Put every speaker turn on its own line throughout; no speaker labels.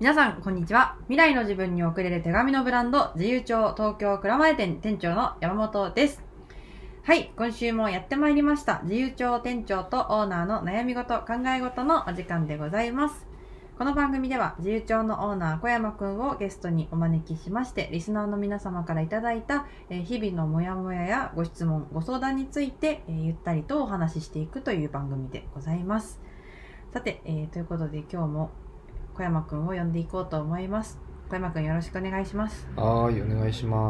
皆さん、こんにちは。未来の自分に送れる手紙のブランド、自由帳東京蔵前店店長の山本です。はい、今週もやってまいりました。自由帳店長とオーナーの悩み事、考え事のお時間でございます。この番組では、自由帳のオーナー小山くんをゲストにお招きしまして、リスナーの皆様からいただいた、えー日々のモヤモヤやご質問、ご相談について、えーゆったりとお話ししていくという番組でございます。さて、えーということで今日も小山くんを呼んでいこうと思います。小山くんよろしくお願いします。
はーい、お願いしまー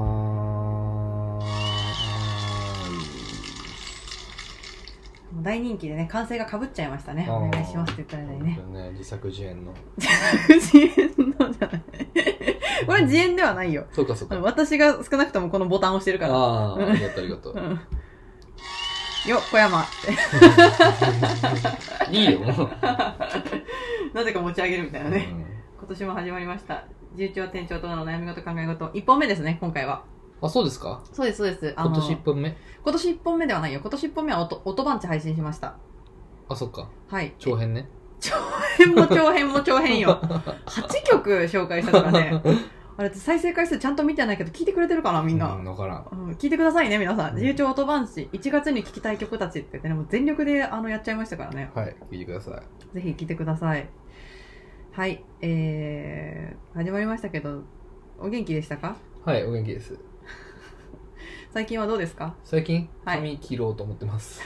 もう大人気でね、完成がかぶっちゃいましたね。
す。
お願いしますって言ったらね。
本当にね、自作自演の。
自演のじゃない。これは自演ではないよ。
そうか、そう
あの
か。
私が少なくともこのボタンを押してるから。
ああー、ありがとう、ありがと
う
う。
ん。よ、小山って
いいよ、もう。
なぜか持ち上げるみたいなね。今年も始まりました。重長店長との悩み事考え事。1本目ですね、今回は。
あ、そうですか
そうです、そうです。あの
今年1本目
今年1本目ではないよ。今年1本目は音音番地配信しました。
あ、そっか。
はい。
長編ね。
編も長編も長編よ。8曲紹介したからね。 あれ、再生回数ちゃんと見てないけど、聞いてくれてるかな、みんな。
うわからん。
うん聞いてくださいね、皆さ。
うんん
自由帳音番誌、1月に聴きたい曲たちって言ってね、もう全力であのやっちゃいましたからね。
はい、聞いてください。
ぜひ聴いてください。はい、えー、始まりましたけど、お元気でしたか
はい、お元気です。
最近はどうですか
最近、
はい
髪切ろうと思ってます。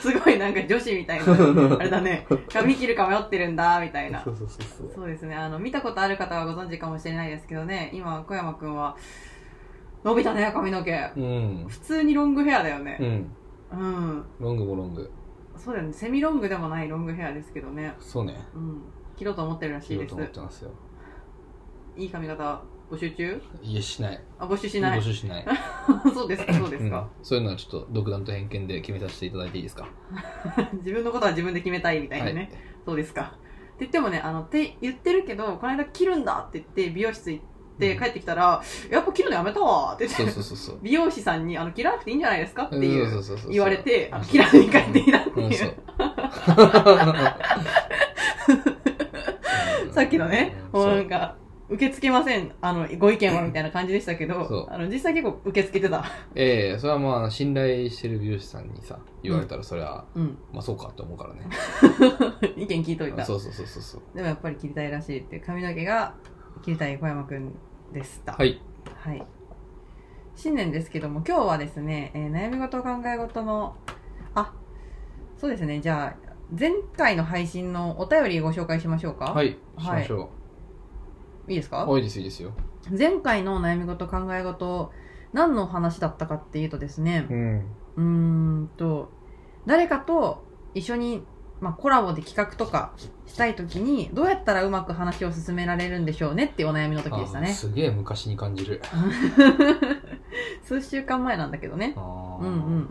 すごいなんか女子みたいな。 あれだね、髪切るか迷ってるんだ、みたいな
そ。うそうそうそう。
そうですね。あの、見たことある方はご存知かもしれないですけどね、今、小山くんは、伸びたね、髪の毛。
うん。
普通にロングヘアだよ
う
ね。
ん。
うん。
ロングもロング。
そうだよね。セミロングでもないロングヘアですけどね。
そうね。
うん。切ろうと思ってるらし
切
い
ろう
で
と
す
思っ。てますよ。
いい髪型募集中
いえ、しない。
あ、募集しない
募。集しない。
そう ですか、そうですか。
うんそういうのはちょっと独断と偏見で決めさせていただいていいですか、
自分のことは自分で決めたいみたいなね。そうですか。って言ってもね、あの、って言ってるけど、この間切るんだって言って、美容室行って帰ってきたら、やっぱ切るのやめたわって言って
そうそうそうそう
美容師さんに、あの、切らなくていいんじゃないですか ってい
そう
う、
そうそうそう
言われて、
うん
あの切らずに帰っていたって
うん
い
そうう。
さっきのね、
うん
もう
そ
なん
う
か、受け付けません、あの、ご意見はみたいな感じでしたけ
そう
ど、あの、実際結構受け付けてた。
ええそれはまあ信頼してる美容師さんにさ言われたらそれは、
うん。
まあそうかって思うからね
意見聞いといた。
そうそうそうそうそう
でもやっぱり切りたいらしいっていう髪の毛が切りたい小山くんでした。
は。い
はい。新年ですけども、今日はですね、えー悩み事考え事の、あ、そうですね、じゃあ、前回の配信のお便りご紹介しましょうか。。
はいいしましょ
いいです
う、
か
多いですいいですよ
前回の悩み事考え事、何の話だったかっていうとですね、
ん
うーんと、誰かと一緒に、まあ、コラボで企画とかしたいときに、どうやったらうまく話を進められるんでしょうねっていうお悩みの時でしたね。
すげえ昔に感じる
数週間前なんだけどね。
あ
うんうん。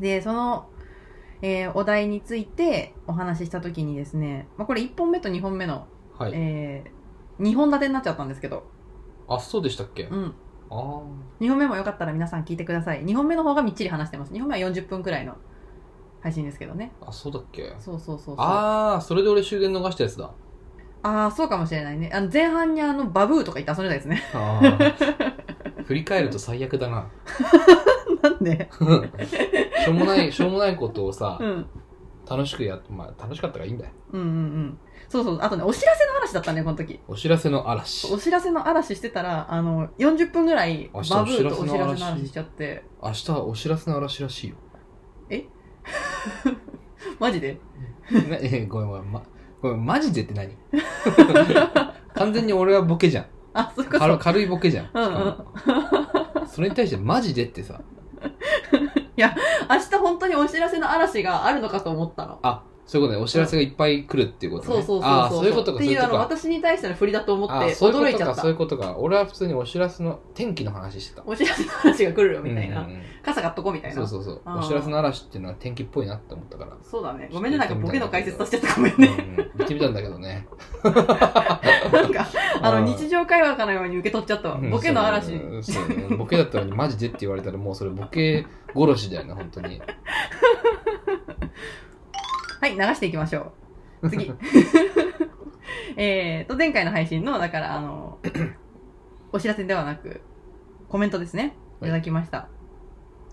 で、その、えーお題についてお話ししたときにですね、まあ、これ1本目と2本目の、
うんはい、
え2本立てになっちゃったんですけど、
あそうでしたっけ、
う
あ
ん。
あ
2本目もよかったら皆さん聞いてください。2本目の方がみっちり話してます。2本目は40分くらいの配信ですけどね。
あそうだっけ
そうそうそうそう。あ
ああそれで俺終電逃したや つだ
あー、そうかもしれないね。あの前半にあの、バブーとか言って遊んでたですね。
あー振り返ると最悪だな
なんで
しょうもないしょうもないことをさ、
うん。うん
楽しくやっまあ楽しかったからいいんだよ
うんうん。そうそう。あとね、お知らせの話だったね、この時。
お知らせの嵐
お知らせの嵐してたら、あの、40分ぐらい、バ
明
ブー
日お知ら
と
せの嵐
お知らせの話しちゃって。
明日はお知らせの 嵐らしいよ
マジで
なえごめんごめん、ま、ごめんマジでっ て何完全に俺はボケじゃん
あ、そういうこ
軽
と。
軽いボケじゃんし
うんうん
かもそれに対してマジでってさ
明日本当にお知らせの嵐があるのかと思ったの。
あそういうことねお知らせがいっぱい来るっていうことね
そうそうそうそう。
ああそういうことか
っ
そ
て
う
い、
いうう
あ
こと
の、
か
私に対しての振りだと思っ
あ
て、
ーそう
驚
いう
い
こ
ち
と
ゃっ
か
た
そうい。うことか俺は普通にお知らせの天気の話してた
お知らせの話が来るよ、みたい
うん
な
う。んうん
傘買っとこう、みたいな。
そうそうそう
あー
お知らせの嵐っていうのは天気っぽいなって思っ たから、
そうだね。ごめんね、なんかボケの解説させちゃったごめん
うんう
ね。
ん、行ってみたんだけどね
なんか、あの、
うん
日常会話かのように受け取っちゃったわ。
う ん
ボケの嵐。
そうそうねボケだったのにマジでって言われたらもうそれボケ殺しだよね本当に
はい、流していきましょう。 次。 えーと、前回の配信の、だから、あ の、お知らせではなく、コメントですね。い
はい
ただきました。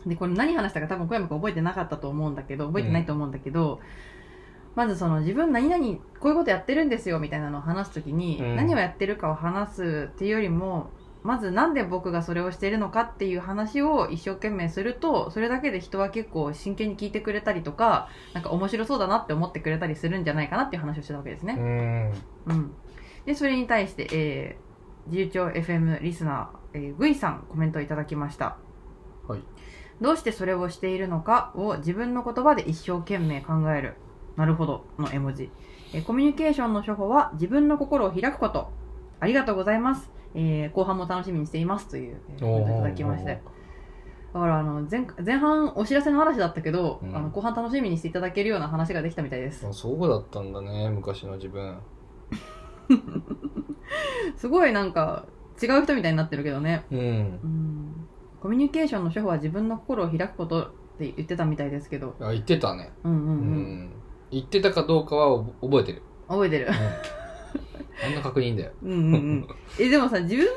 で、これ何話したか多分小山君覚えてなかったと思うんだけど、覚えてないと思うんだけど、まずその自分何々、こういうことやってるんですよみたいなのを話すときに、
うん
何をやってるかを話すっていうよりも、まずなんで僕がそれをしているのかっていう話を一生懸命すると、それだけで人は結構真剣に聞いてくれたりとか、なんか面白そうだなって思ってくれたりするんじゃないかなっていう話をしてたわけですね。
うん。
うん、でそれに対して、えー、自由帳 FM リスナー、えー、グイさんコメントいただきました、
はい、
どうしてそれをしているのかを自分の言葉で一生懸命考えるなるほどの絵文字、えーコミュニケーションの処方は自分の心を開くことありがとうございます、えー後半も楽しみにしていますという、えーコメントいただきましてだからあの前前半お知らせの話だったけど、
うん
あの後半楽しみにしていただけるような話ができたみたいです
あそうだったんだね、昔の自分。
すごいなんか違う人みたいになってるけどね
うん。
うんコミュニケーションの手法は自分の心を開くことって言ってたみたいですけど、
あ、言ってたね。
うんうんう
うんん。言ってたかどうかは覚覚えてる。
覚え てる
う。ん あんな確認だよ。
うんうんうん、えでもさ自分の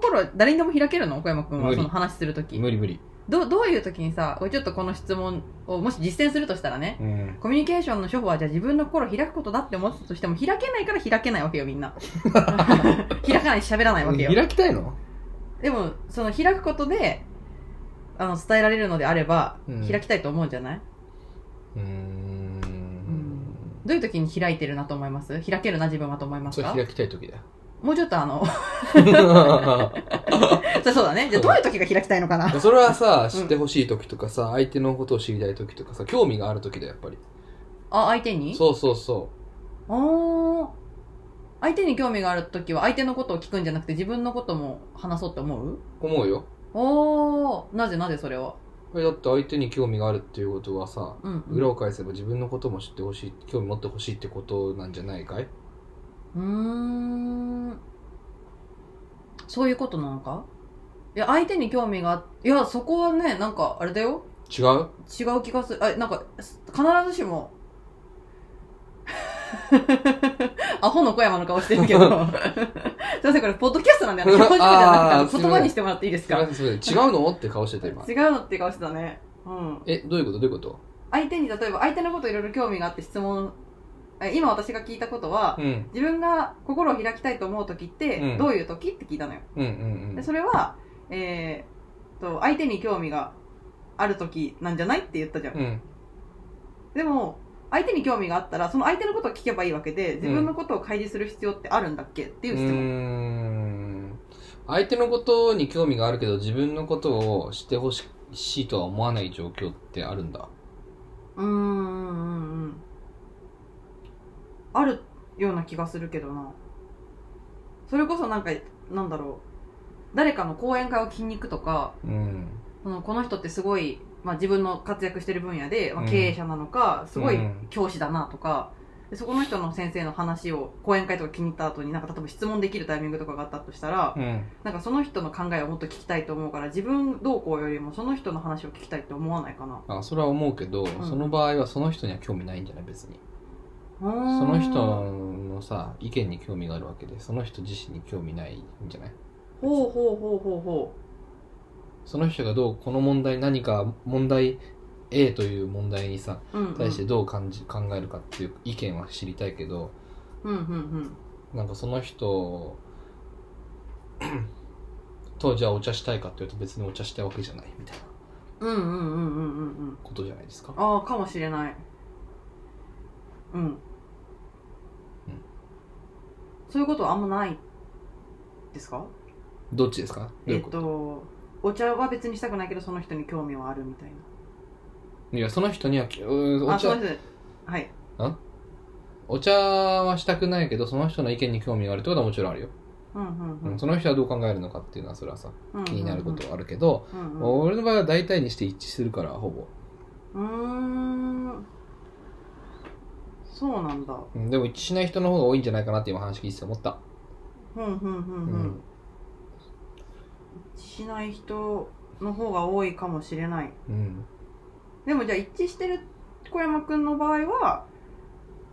心は誰にでも開けるの小山君は
無理
その話するとき
無理無理。
どどういうときにさおいちょっとこの質問をもし実践するとしたらね
うん。
コミュニケーションの処方はじゃあ自分の心を開くことだって思ってたとしても開けないから開けないわけよみん な開かないし喋らないわけよ
開きたいの
でもその開くことであの伝えられるのであれば、
うん
開きたいと思うんじゃないう
ーん。
どういう時に開いてるなと思います開けるな自分はと思います
それ
か
開きた い時だよ。
もうちょっとあ の、そうそうだね。じゃあどういう時が開きたいのか な
それはさ、
うん
知ってほしい時とかさ、相手のことを知りたい時とかさ、興味がある時だよ、やっぱり。
あ、相手に
そうそうそ
ああ。相手に興味がある時は相手のことを聞くんじゃなくて自分のことも話そうって思う
う。思うよ。
おー、なぜなぜそれは。
これだって相手に興味があるっていうことはさ、
うん、うん。
裏を返せば自分のことも知ってほしい、興味持ってほしいってことなんじゃないかいう
ーん。そういうことなのかいや、相手に興味があ、いや、そこはね、なんか、あれだよ。
違う
違う気がする。あ、なんか、す必ずしも、 アホの小山の顔してるけど、すい ません、これ、ポッドキャストなんだよね。
う
表情
わ
じゃなく
あー
て、
すいません
言葉にしてもらっていいです
違
か
うそれ違うのって顔してた
違
今。
うのって顔してたね。うん。
え、どういうことどういうこと
相手に、例えば、相手のこといろいろ興味があって質問、え今私が聞いたことは、
うん。
自分が心を開きたいと思う時って、
うん
どういう時って聞いたのよ。
うんうんう
で
ん。
それは、えーっと、相手に興味がある時なんじゃないって言ったじゃん。
うん。
でも相手に興味があったらその相手のことを聞けばいいわけで自分のことを開示する必要ってあるんだっけっていう
う
質
ー
問、
ん。相手のことに興味があるけど、自分のことを知ってほしいとは思わない状況ってあるんだ。
うーん、うんうんあるような気がするけどなそれこそなんかなんだろう誰かの講演会を聞きに行くとか
うん。
そのこの人ってすごい、まあ、自分の活躍してる分野で、まあ
うん
経営者なのかすごい
うん
教師だなとか、でそこの人の先生の話を講演会とか気に入った後になんか例えば質問できるタイミングとかがあったとしたら、
うん。
なんかその人の考えをもっと聞きたいと思うから自分どうこうよりもその人の話を聞きたいって思わないかな
あ、それは思うけど、
ん
その場合はその人には興味ないんじゃない別に。
そ
その人のさ、意見に興味があるわけで、その人自身に興味ないんじゃない
ほうほうほうほうほ
その人がどう、この問題、何か問題 A という問題にさ、
う、うんうん、
対してどう感じ、考えるかっていう意見は知りたいけど、
うんうんうん
なんかその人 とじゃあお茶したいかっていうと別にお茶したいわけじゃないみたいな
うんうんうんうんうんうん
ことじゃないですか。
ああかもしれないうん、そういうことはあんまないですか
どっちですかどう
え
いう
っ
こと、
とお茶は別にしたくないけどその人に興味はあるみたい
いや、その人にはき、うー
な
お
あそう
茶、
ですはい
お茶はしたくないけど、その人の意見に興味があるってことはもちろんあるよ。
うんうんう
うんん、その人はどう考えるのかっていうのはそれはさ、
うん
気になることはあるけど、
うんうん
俺の場合は大体にして一致するから、ほぼ。
うーんそうなんだ。
うんでも一致しない人の方が多いんじゃないかなって今話聞いてて思った。
ふんふんふん
う
ふん
ん。。
一致しない人の方が多いかもしれない。
うん。
でもじゃあ一致してる小山くんの場合は、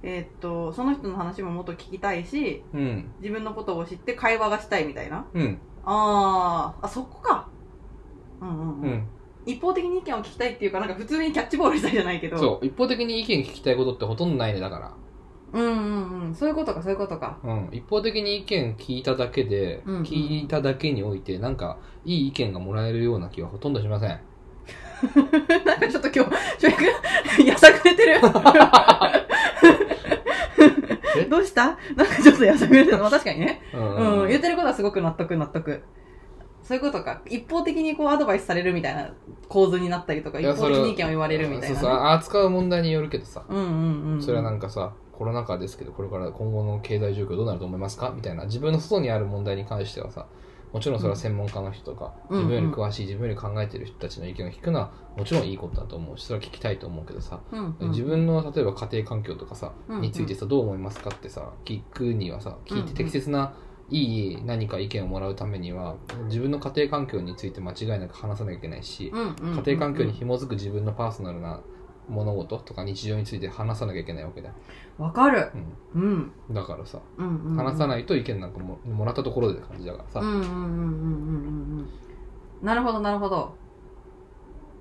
えーっと、その人の話ももっと聞きたいし、
うん。
自分のことを知って会話がしたいみたいな。
うん。
あー、あ、そこか。うんうん
う
うん。
ん。
一方的に意見を聞きたいっていうか、なんか普通にキャッチボールしたいじゃないけど。
そう。一方的に意見聞きたいことってほとんどないね、だか
う。うんうんうん。そういうことか、そういうことか。
ら。うん。一方的に意見聞いただけで、
うんうん
聞いただけにおいて、なんか、いい意見がもらえるような気はほとんどしませ ん。
なんかちょっと今日、翔平君、やさぐれてる
え
どうしたなんかちょっとやさぐれてる。まあ 確かにね。
う
うん、言っ
ん。
てることはすごく納得納得。そういうことか。一方的にこうアドバイスされるみたいな構図になったりとか、
い
一
や
方
そ
的
れは
に意見を言われるみたいな。
そうそう。あ扱う問題によるけどさ。
うんうんうん。
それはなんんかさ、コロナ禍ですけど、これから今後の経済状況どうなると思いますかみたいな、自分の外にある問題に関してはさ、もちろんそれは専門家の人とか、
うん
自分より詳しい、自分より考えてる人たちの意見を聞くのは、もちろんいいことだと思うし、それは聞きたいと思うけどさ、
うんうん、
自分の例えば家庭環境とかさ、
うんうん
についてさ、どう思いますかってさ、聞くにはさ、聞いて適切な、いい何か意見をもらうためには、自分の家庭環境について間違いなく話さなきゃいけないし、
うんうんうんうん
家庭環境に紐づく自分のパーソナルな物事とか日常について話さなきゃいけないわけだよ、
わかる。
うん
うん。
だからさ
うんうん。。
話さないいと意見なんかももらったところでって感じだからさ、
うんうんうんうんうんうんうん。なるほどなるほど。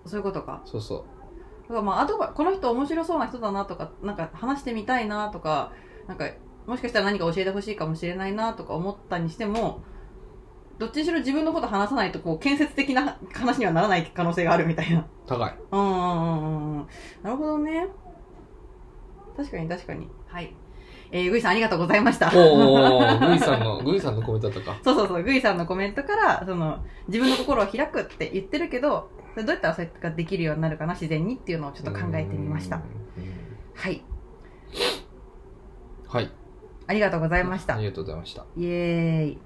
そういうことか。
そうそ
だからまあ、あとこの人面白そうな人だなとか、なんか話してみたいなとか、なんか、もしかしたら何か教えてほしいかもしれないなとか思ったにしても、どっちにしろ自分のこと話さないと、こう、建設的な話にはならない可能性があるみたいな。
う高 い
うんうんうんうん。なるほどね。確かに確かに。はい。えー、ぐいさんありがとうございました。
お
そう
おグイさんのグイさんのコメントだったか
そうそう、ぐいさんのコメントから、その、自分の心を開くって言ってるけど、それどうやったらそれができるようになるかな、自然にっていうのをちょっと考えてみまし
う
た
ん。うん
はい。
はい
ありがとうございました
あ。りがとうございました
イエーイ。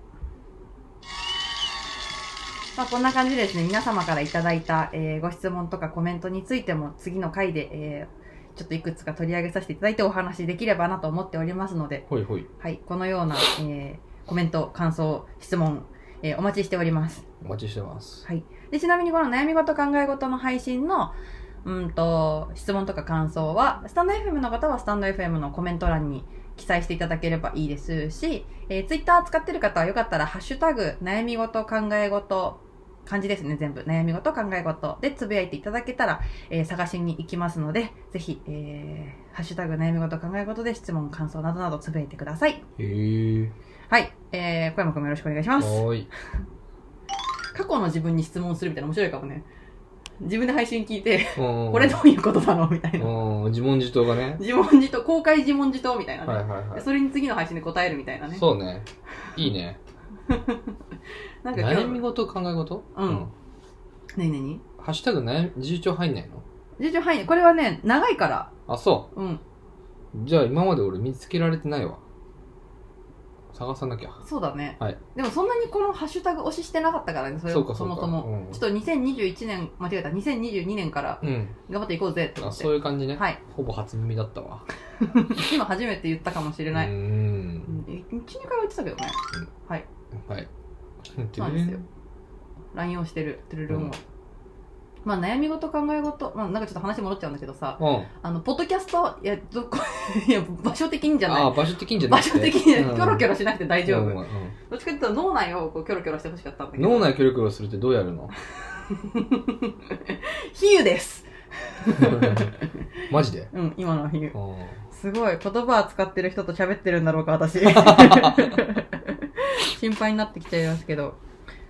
まあ、こんな感じでですね、皆様からいただいた、えーご質問とかコメントについても次の回で、えーちょっといくつか取り上げさせていただいてお話しできればなと思っておりますので、
ほいほい
はい、このような、えーコメント、感想、質問、えーお待ちしております。
お待ちしてます
はい。で、ちなみにこの悩み事考え事の配信の、うんと、質問とか感想は、スタンド FM の方はスタンド FM のコメント欄に記載していただければいいですし、えー、Twitter 使ってる方はよかったら、ハッシュタグ、悩み事考え事、漢字ですね、全部。悩み事考え事でつぶやいていただけたら、えー探しに行きますので、ぜひ、えー、ハッシュタグ、悩み事考え事で質問、感想などなどつぶやいてください。
へえ
はい。えー、小山くんもよろしくお願いします。
はーい
過去の自分に質問するみたいな面白いかもね。自分で配信聞いて、こ
こ
れどういうことなのみたいな。
うん自問自答がね
自問自答、公開自問自答みたいなね。
はいはいは
それに次の配信で答えるみたいなね
い。そうねいいね
なんか今日、
悩み事考え事
うんねえねえね
ハッシュタグ悩み自重入んないの
え順調範囲ねこれはね、長いから。
あそう
うん。
じゃあ今まで俺見つけられてないわ探さなきゃ
そうだね。
はい
でもそんなにこのハッシュタグ推ししてなかったからね、それ
そうか
そ
そう
も
か
そも
う。ん
ちょっと2021年、間違えた、2022年から
うん
頑張っていこうぜって思
あ
って
そ。ういう感じね、
はい。
ほぼ初耳だったわ
今初めて言ったかもしれない。
うー
うんん、1、2回は言ってたけどね。はい。
はい
そうなんですよ LINE をしてる、トゥルルンを。
うん
まあ、悩み事、考え事、まあ、なんかちょっと話戻っちゃうんだけどさ、
うん
あの、ポッドキャスト、いや、どこ、 いや、場所的にじゃ
あ
な
あ
い。
場所的にじゃな
場
くて
所的にじゃない、
うん
キョロキョロしなくて大丈夫。
うんうん
どっちかっていうと、脳内をこう、キョロキョロしてほしかったんだけど。
脳内協力をするってどうやる の
比喩です
マジで
うん、今のは比喩
う。ん
すごい、言葉を使ってる人と喋ってるんだろうか、 私。心配になってきちゃいますけど。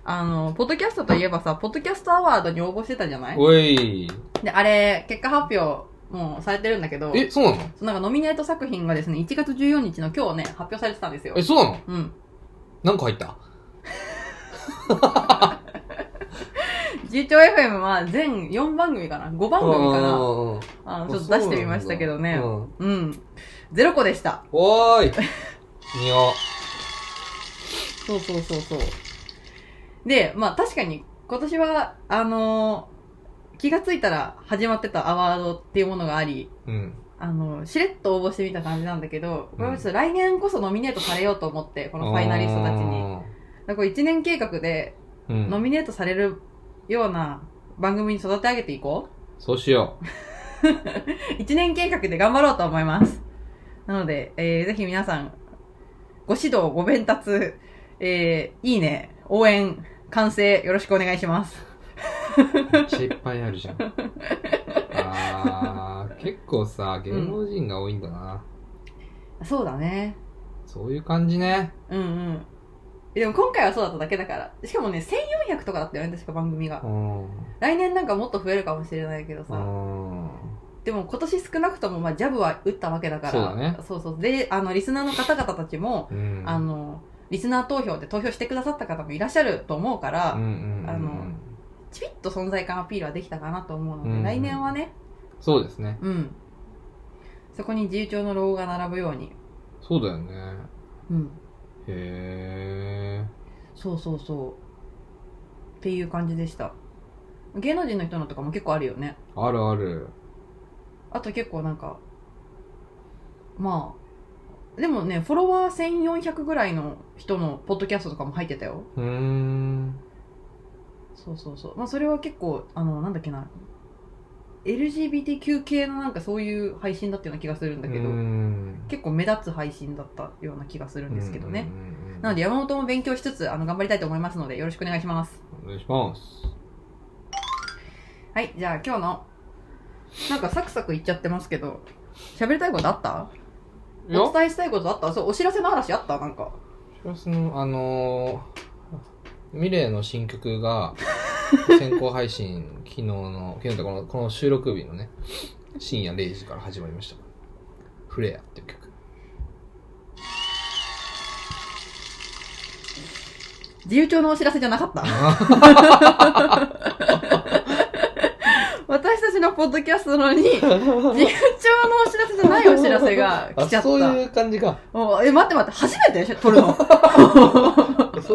あの、ポッドキャストといえばさ、ポッドキャストアワードに応募してたじゃない
おい
で、あれ、結果発表、もうされてるんだけど。
えそうなの
そうなんかノミネート作品がですね、1月14日の今日ね、発表されてたんですよ
え。そうなの
うん。
何個入った
自長 FM は全4番組かな ?5 番組かな
うん
あのちょっと出してみましたけどね。
うん
うん。ゼロ個でした。
お ーいにお
そうそうそうそう。で、まあ確かに今年は、あのー気がついたら始まってたアワードっていうものがあり、
うん
あのーしれっと応募してみた感じなんだけど、これはちょっと来年こそノミネートされようと思って、このファイナリストたちに。だからこれ1年計画で
うん
ノミネートされるような番組に育て上げていこ
そうしよ
う。1年計画で頑張ろうと思います。なので、えーぜひ皆さん、ご指導、ご鞭達、えーいいね、応援、完成、よろしくお願いします。
めっちゃいっぱいあるじゃん。あー、結構さ、芸能人が多いんだな。
そうだね。
そういう感じね。
うんうん。でも今回はそうだっただけだから。しかもね、1400とかだったよね、確か番組が
う。ん。う
来年なんかもっと増えるかもしれないけどさ。
ん。
でも今年少なくとも、まあ、ジャブは打ったわけだから。
そうだね
そうそうで、あの、リスナーの方々たちも、
うん。
あの、リスナー投票で投票してくださった方もいらっしゃると思うから、
うんうんうん、
あのちびっと存在感アピールはできたかなと思うので、
うん
来年はね、
そうですね。
うん。そこに自由帳のロゴが並ぶように。
そうだよね。
うん。
へえ。
そうそうそう。っていう感じでした。芸能人の人のとかも結構あるよね。
あるある。
あと結構なんか、まあ、でもね、フォロワー1400ぐらいの人のポッドキャストとかも入ってたよ。
うーん。
そうそうそう。まあそれは結構、あの、なんだっけな、LGBTQ 系のなんかそういう配信だったような気がするんだけど、
うん
結構目立つ配信だったような気がするんですけどね。。
うんうんうんうん
なので山本も勉強しつつ、あの、頑張りたいと思いますので、よろしくお願いします。
お願いします。
はい、じゃあ今日の、なんかサクサクいっちゃってますけど、喋りたいことあったお伝えしたいことあったそう、お知らせの話あったなんか。
プラスの、あのー、ミレーの新曲が、 先行配信、昨日の、昨日というかこのこの収録日のね、深夜0時から始まりました。フレアっていう曲。
自由帳のお知らせじゃなかった 私たちのポッドキャストなのに、自由帳 のお知らせじゃないお知らせが来ちゃ
あ
っ
そう
た。
いう感じか。
おえ、待って待って、初めてでしょ撮る の。
そ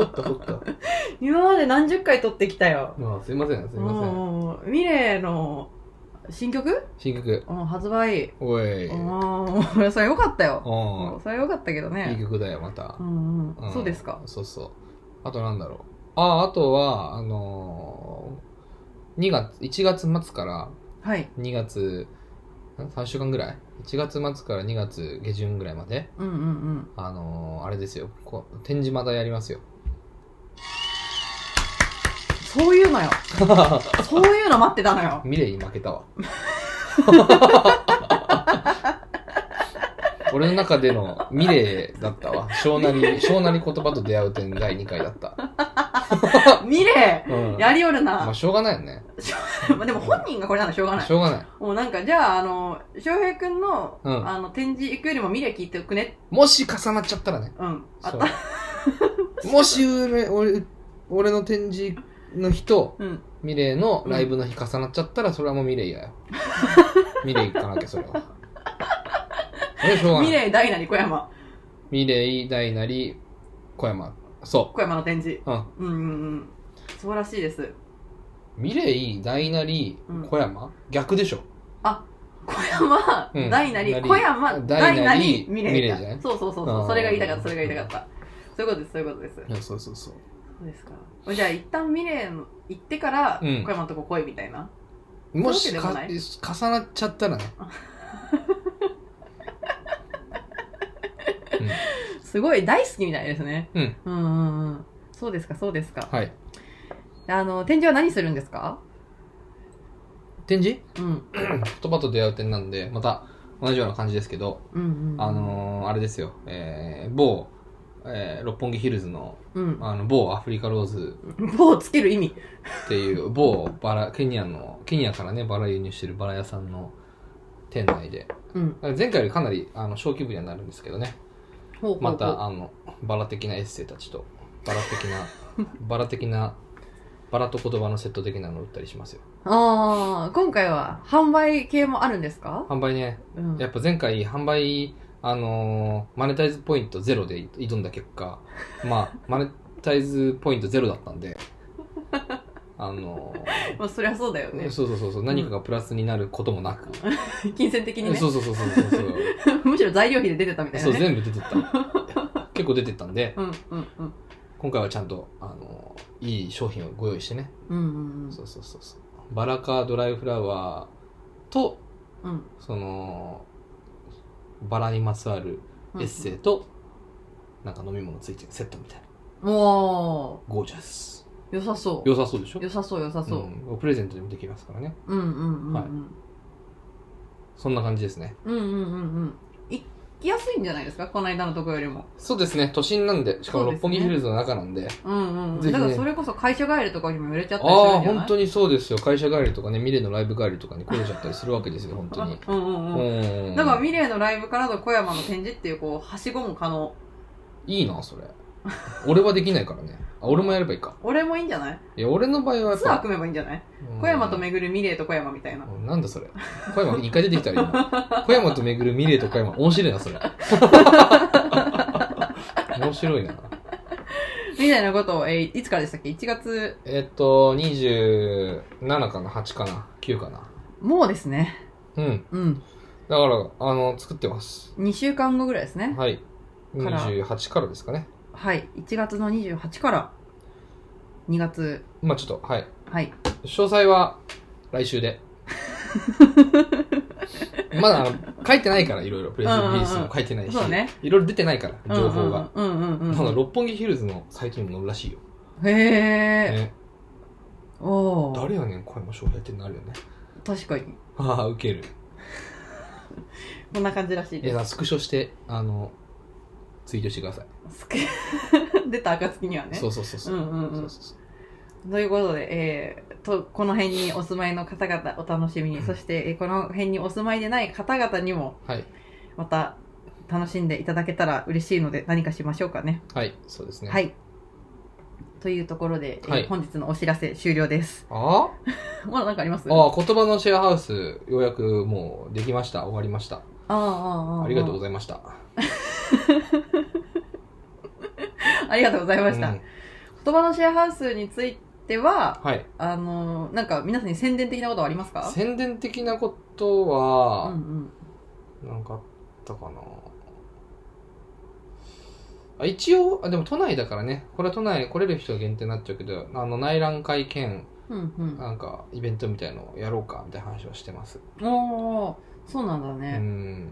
っかそっか。
今まで何十回撮ってきたよ。
まあ、すいません、すいません。
もう、ミレーの新曲
新曲、
うん発売。
おい。
うん、 それよかったよ。
う
それよかったけど
ん。いい
ね。
曲だよ、また
う。んう
うん
ん、そうですか。
そうそう。あとなんだろう。ああ、あとは、あのー、2月、1月末から、
はい。
2月ん3週間ぐらい1月末から2月下旬ぐらいまで
うんうんうん。
あのー、あれですよこう展示またやりますよ
そういう のよ。そういうの待ってたのよ。
ミレイに負 けたわ俺の中でのミレイだったわ小なり小なり言葉と出会う点第2回だった、
ミレ
う
ー
ん、
やりよる
まあ
な。
しょうがないよね
まあでも本人がこれなのしょうがない
し。ょうがない
もうなんか、じゃあ、あの、翔平くんの、
うん
あの、展示行くよりもミレー聞いておくね。
もし重なっちゃったらね
うん。あ
そ
った。
うもし俺俺俺の展示の日と
うん。
ミレイのライブの日重なっちゃったら、それはもうミレイやよ。ミレイ行かなきゃ、それは。え、しょうが
ミ
ない。
レー、ダイナリ、小山。
ミレイ、大なり、小山。そ
小山の展示。
う。うん。
うんうんうん。素晴らしいです。
ミレイ、大なり
うん、
小山、逆でしょ。
小山、
うん
大なり、
なり
小山、
大な
大
り
なり、ミ
ミ
レ
レ
イ
イじゃない
そうそうそう
あ
そう。
ー
それが言いたかった、それが言いたかった。そういうことです、そういうことです。
いや、そうそうそう。
そうですか。じゃあ、一旦ミレーの行ってから、小
うん
山のとこ来いみたいな。
もし
そういう
か
わけで
重なっちゃったらね。
すごい大好きみたいですね。
うん。
うんうんうん。そうですか、そうですか。
はい。
あの、展示は何するんですか
展示
うん。
言葉と出会う点なんで、また同じような感じですけど、
うんうん。
あ、のー、あれですよ。えー、某、えー、六本木ヒルズの、
うん。
あの、某アフリカローズ
棒つける意味。
っていう 某バラケニアのケニアからねバラ輸入してるバラ屋さんの店内で
うん。
前回よりかなりあの小規模にはなるんですけどね
ほうほうほう
また、あのバラ的なエッセイたちとバラ的なバラ的なバラと言葉のセット的なのを売ったりしますよ
ああ、今回は販売系もあるんですか
販売ね
うん。
やっぱ前回販売あのーマネタイズポイントゼロで挑んだ結果 まあマネタイズポイントゼロだったんであのー
まあ、そりゃそうだよね。
そうそうそうそう何かがプラスになることもなく、
金銭的にね。
そうそうそうそうそうそう
むしろ材料費で出てたみたいな
そう
ね。
全部出 てった結構出てったんで
うんうんうん。
今回はちゃんとあのいい商品をご用意してね、
うんうんうん
そうそうそうそうバラかドライフラワーと
うん。
そのバラにまつわる
うん
エッセイと、なんか飲み物ついてるセットみたいな。
お
ゴージャ
ー
ス。
良さそう
良さそうでしょ
良さそう良さそう、
ん、プレゼントでもできますからね。
うん、うんうんうん、
はいそんな感じですね。
うんうんうんうん行きやすいんじゃないですかこの間のとこよりも
そうですね、都心なんで、しかも
そうです
六
ね
本木ヒルズの中なんで。
うんうんうん、
ぜひね
だからそれこそ会社帰りとかにも売れちゃったりす
あ
る
あ、
んじゃない
本当にそうですよ。会社帰りとかね、ミレのライブ帰りとかに来れちゃった りするわけですよ、本当に。
当にうんうんうん
うん。
だからミレーのライブからの小山の展示っていうこうはしごも可能
いいな、それ。俺はできないからね。あ、俺もやればいいか。
俺もいいんじゃない
いや、俺の場合はやっ
ツアー
ぱ。
組めばいいんじゃない
うん
小山と巡るミレーと小山みたいな
うんなんだそれ。小山2回出てきたら今。小山と巡るミレーと小山。面白いな、それ。 面白いな。
みたいなことを、えーいつからでしたっけ ?1 月、
えっと、27かな、8かな、9かな。
もうですね。
うん。
うん。
だから、あの、作ってます。
2週間後ぐらいですね。
はい。
から
28からですかね。
はい。1月の28から、2月、
まあちょっと、はい。
はい。
詳細は来週で。 まだあの書いてないから、いろいろ。プレスリリースも書いてないし。
そうね。
いろいろ出てないから、情報が。
うんうんうん
ただ、
うん
六本木ヒルズのサイトにも載るらしいよ。
うん。へえ。
ね、
おー。
誰やねん、小山翔平ってなるよね。
確かに。
ああ、ウケる。
こんな感じらしい
い
で
や、スクショして、あの、ツイートしてください。
す。 出た暁にはね
そ。うそうそうそう。
うんうんうん
そうそうそう
ということで、えー、と、この辺にお住まいの方々お楽しみに、そして、えーこの辺にお住まいでない方々にも、
はい。
また、楽しんでいただけたら嬉しいので、何かしましょうかね。
はい、そうですね。。
はいい。というところで、えー
はい
本日のお知らせ終了です。
ああ
まだ何かありますああ、
ああ、言葉のシェアハウス、ようやくもうできました。終わりました。
ああ、あ
ありがとうご
ざい
ざいました。
ます。ありがとうございました。
うん
言葉のシェアハウスについては、
はい。
あのーなんか皆さんに宣伝的なことはありますか
宣伝的なこ
う
と
んう
は、
ん。
なんかあったかな。あ一応あ、でも都内だからね、これは都内来れる人限定になっちゃうけど、あの内覧会兼、
うん
なんかイベントみたいのをやろうかみたいな話をしてます。
うん。おー、そうなんだ
う
ね。
ん。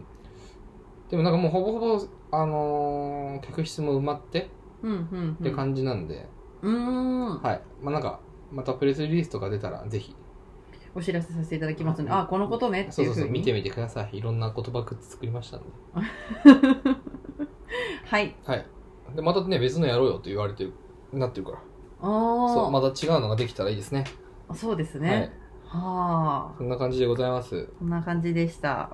でもなんかもうほぼほぼ、あのー客室も埋まって
うん、うん、うん。
って感じなんで、
うーん。
はい。まあなんか、またプレスリリースとか出たらぜひ、
お知らせさせていただきますので、あ、このことねって
そう
い
そうう
ふ
そうう、
に。
見てみてください。いろんな言葉グッズ作りましたんで。
はい。
はい。で、またね、別のやろうよって言われてる、なってるから。
おー、
そう、また違うのができたらいいですね。
そうです
は
ね
い。。
はあ。
そんな感じでございます。
こんな感じでした。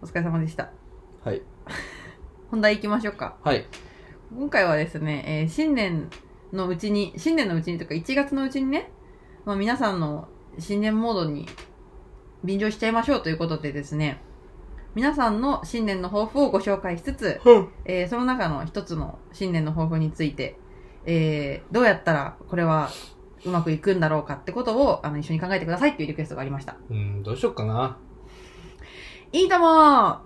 お疲れ様でした。
はい。
本題行きましょうか。
はい。
今回はですね、えー新年のうちに、新年のうちにというか1月のうちにね、まあ、皆さんの新年モードに便乗しちゃいましょうということでですね、皆さんの新年の抱負をご紹介しつつ、えーその中の一つの新年の抱負について、えーどうやったらこれはうまくいくんだろうかってことをあの一緒に考えてくださいっていうリクエストがありました。
うん、どうしよっかな。
いいとも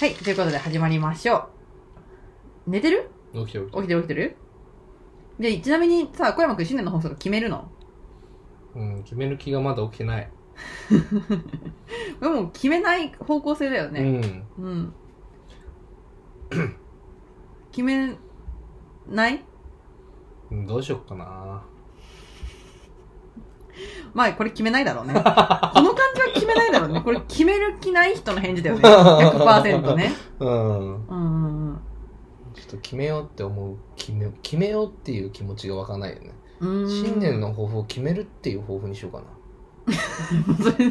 はい、ということで始まりましょう。寝てる
起きて起き
起
て。
きてる起きてるで、ちなみにさ、小山くん新年の放送が決めるの
うん、決める気がまだ起きてない。
でも決めない方向性だよ
う
ね。
ん。
うん。決めない
うんどうしよっかな。
まあ、これ決めないだろう ね。この感じは決めないだろうね。これ決める気ない人の返事 だよね。100%ね。
うん。
うんうんうん
ちょっと決めようって思う、決め、決めようっていう気持ちが湧かないよね。。
うーん
新年の抱負を決めるっていう抱負にしようかな。
それ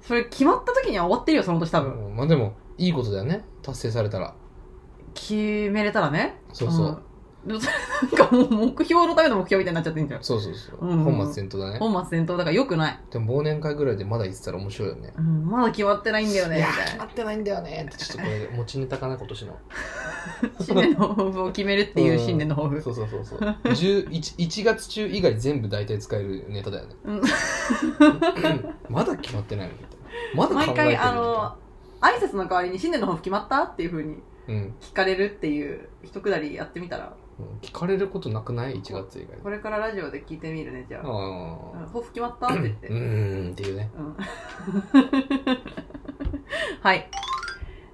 それ決まった時には終わってるよその年多分
うんまあでも、いいことだよね。達成されたら。
決めれたらね
そうそう。
うん、でもそれなんかもう目標のための目標みたいになっちゃってんじゃん
そうそうそう。
うん
本末転倒だね。
本末転倒だからよくない、
でも忘年会ぐらいでまだ言ってたら面白いよね。
うん、まだ決まってないんだよね
い
み
や
た
決
い
ま
な
ってないんだよねってちょっとこれ持ちネタかな今年の
新年の抱負を決めるっていう新年の抱負
そうそうそうそう 1, 1月中以外全部大体使えるネタだよね
うん
まだ決まってないのみたいなまだ考
毎
えてるみたい
回あの
な
挨拶の代わりに新年の抱負決まったっていうふうに
うん
聞かれるっていう一くだりやってみたら
うん聞かれることなくない ?1 月以外
これからラジオで聞いてみるねじゃあ
あ
うん
あ
抱負決まったって言って
うーんっていうね
うん はい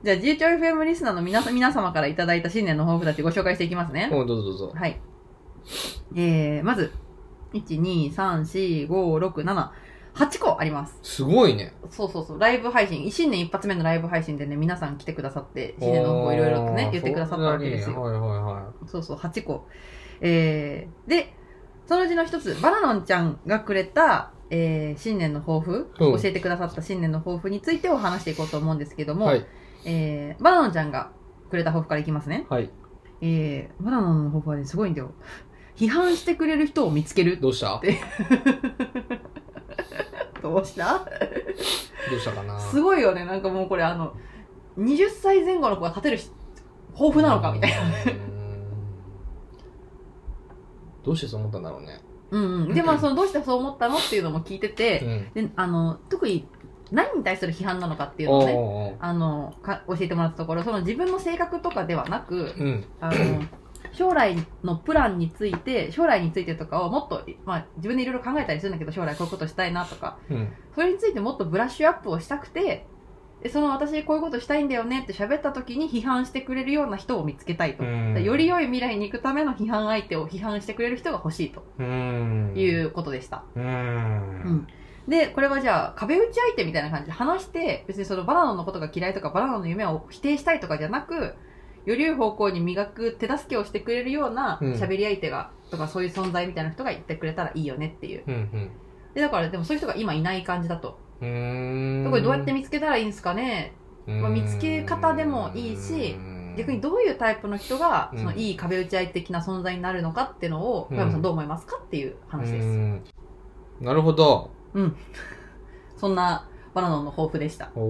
じゃあ GHOFM リスナーの皆さ皆様からいただいた新年の抱負たちご紹介していきますね
うんどうぞどうぞ
はい。えー、まず、1、2、3、4、5、6、7、8個あります。
すごいね
そうそうそう。ライブ配信、新年一発目のライブ配信でね、皆さん来てくださって、新年の方いろいろとね
あ、ー
言ってくださったわけです
そ
よ。
んなにはいはいは
そうそう、8個。えー、で、そのうちの一つ、バナノンちゃんがくれた、えー、新年の抱負、
う
教
ん
えてくださった新年の抱負についてお話していこうと思うんですけど
い
も、
はい
えー、バナノンちゃんがくれた抱負からいきますね。
はい
えー、バナナの方はね、すごいんだよ。批判してくれる人を見つける。
どうした
でどうした
どうしたかな
すごいよね。なんかもうこれあの、20歳前後の子が立てるし抱負なのかみたいな。
などうしてそう思ったんだろうね
うんうん。で、まあその、どうしてそう思ったのっていうのも聞いて
う
て、
ん
で、あの、特に何に対する批判なのかっていうのを
お
ね、
ーおー
あの、か教えてもらったところ、その自分の性格とかではなく、
うん
あの、将来のプランについて、将来についてとかをもっと、まあ自分でいろいろ考えたりするんだけど、将来こういうことしたいなとか、
うん
それについてもっとブラッシュアップをしたくてでその私こういうことしたいんだよねって喋った時に批判してくれるような人を見つけたいと、
うん
より良い未来に行くための批判相手を批判してくれる人が欲しいと
うん
いうことでした、
う
うんんでこれはじゃあ壁打ち相手みたいな感じで話して別にそのバナナのことが嫌いとかバナナの夢を否定したいとかじゃなくより良い方向に磨く手助けをしてくれるような
うん
喋り相手が、とかそういう存在みたいな人が言ってくれたらいいよねっていう
うん
でだからでもそういう人が今いない感じだと、
うん
これどうやって見つけたらいいんですかねまあ見つけ方でもいいし逆にどういうタイプの人が
うん
そのいい壁打ち合い的な存在になるのかっていうのを
うん
小山さんどう思いますかっていう話です、
すなるほど
そんなバナナの抱負でした
お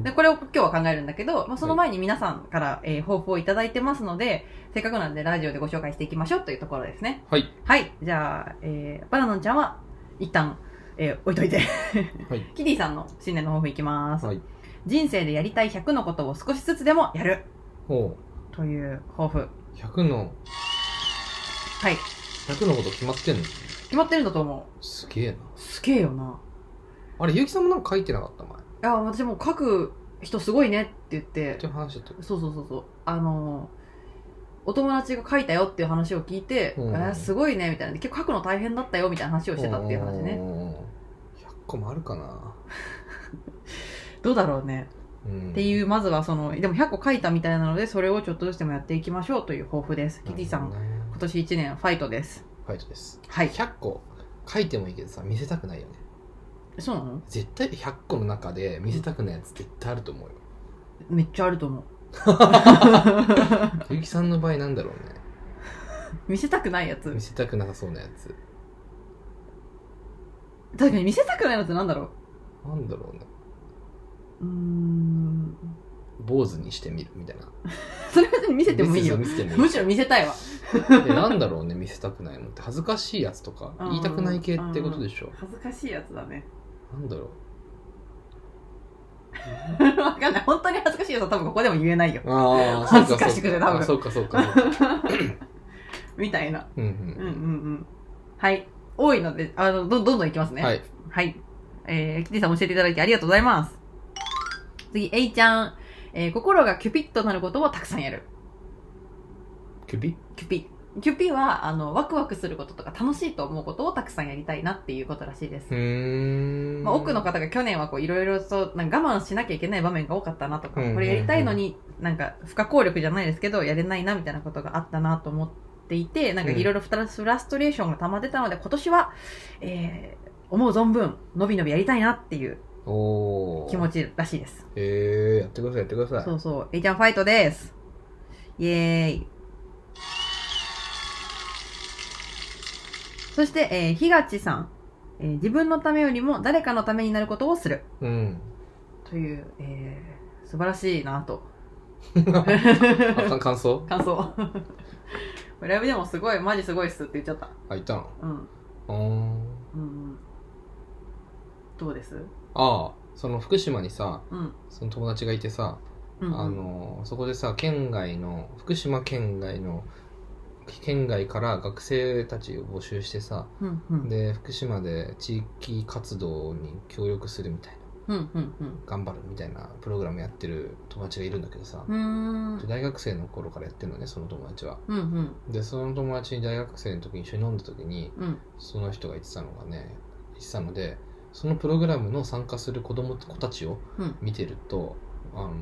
ー
でこれを今日は考えるんだけど、まあ、その前に皆さんから、えー抱負をいただいてますのでせっかくなんでラジオでご紹介していきましょうというところですね
はい
はいじゃあ、えーバナナちゃんは一旦、えー置いといて
はい
キティさんの新年の抱負いきます、
はい
人生でやりたい100のことを少しずつでもやる
おー
という抱負
100の
はい
100のこと決まってんの
決まってるんだと思
すげえな
うすげえよな
あれ結城さんもなんか書いてなかった前っ
いや私もう書く人すごいねって言って
ていう話だった
そうそうそうそうあのーお友達が書いたよっていう話を聞いて、
うん
あーすごいねみたいな結構書くの大変だったよみたいな話をしてたっていう話ね
ね100個もあるかな
どうだろうね、
うん
っていうまずはそのでも100個書いたみたいなのでそれをちょっとずつでもやっていきましょうという抱負ですキティさん
なるほどね
今年1年ファイトです
ファイトです
はい
100個書いてもいいけどさ見せたくないよね
そうなの
絶対100個の中で見せたくないやつ絶対あると思うよ
めっちゃあると思う
結城さんの場合なんだろうね
見せたくないやつ
見せたくなさそうなやつ
確かに見せたくないのってなんだろ
なんだろうね
ううーん
坊主にしてみるみたいな
それ別に見せてもいいよ
見せてもい
む
い
しろ見せたいわ
えなんだろうね見せたくないのって恥ずかしいやつとか
うん
言いたくない系ってことでしょ
恥ずかしいやつだね
なんだろ
分かんない本当に恥ずかしいやつは多分ここでも言えないよ
うああ
恥ずかしくて多分
そうかそうかそうか
みたいな
うんう
うんうん
ん
うんはい多いのであのどどんどんいきます
う
ね
んはい
はい、えー、キティさん教えていただきありがとうございます次えいちゃん、えー、心がキュピッとなることをたくさんやる
首
キュピキュピはあのワクワクすることとか楽しいと思うことをたくさんやりたいなっていうことらしいです
うーん
まあ、多くの方が去年はこういろいろとなんか我慢しなきゃいけない場面が多かったなとか、
うんうんうん
これやりたいのになんか不可抗力じゃないですけどやれないなみたいなことがあったなと思っていてなんかいろいろフラフラストレーションが溜まってたので今年は、えー思う存分のびのびやりたいなっていう
おお
気持ちらしいです
ええやってくださいやってください
そうそうえいちゃんファイトですイエーイそして、えー、ひがちさん、えー自分のためよりも誰かのためになることをする
うん
という、えー、素晴らしいな と
あか感想
感想ライブでもすごいマジすごいっすって言っちゃった
あいたの
うん
うーん
うんうんどうです
ああその福島にさ
うん
その友達がいてさ
うん
あのそこでさ県外の福島県外の県外から学生たちを募集してさ、
うんうん
で福島で地域活動に協力するみたいな
うんうんうん
頑張るみたいなプログラムやってる友達がいるんだけどさ、
うーん
大学生の頃からやってるのねその友達は
うんうん
でその友達に大学生の時に一緒に飲んだ時に
うん
その人が言ってたのがね言ってたのでそのプログラムの参加する子供子たちを
うん
見てると、あの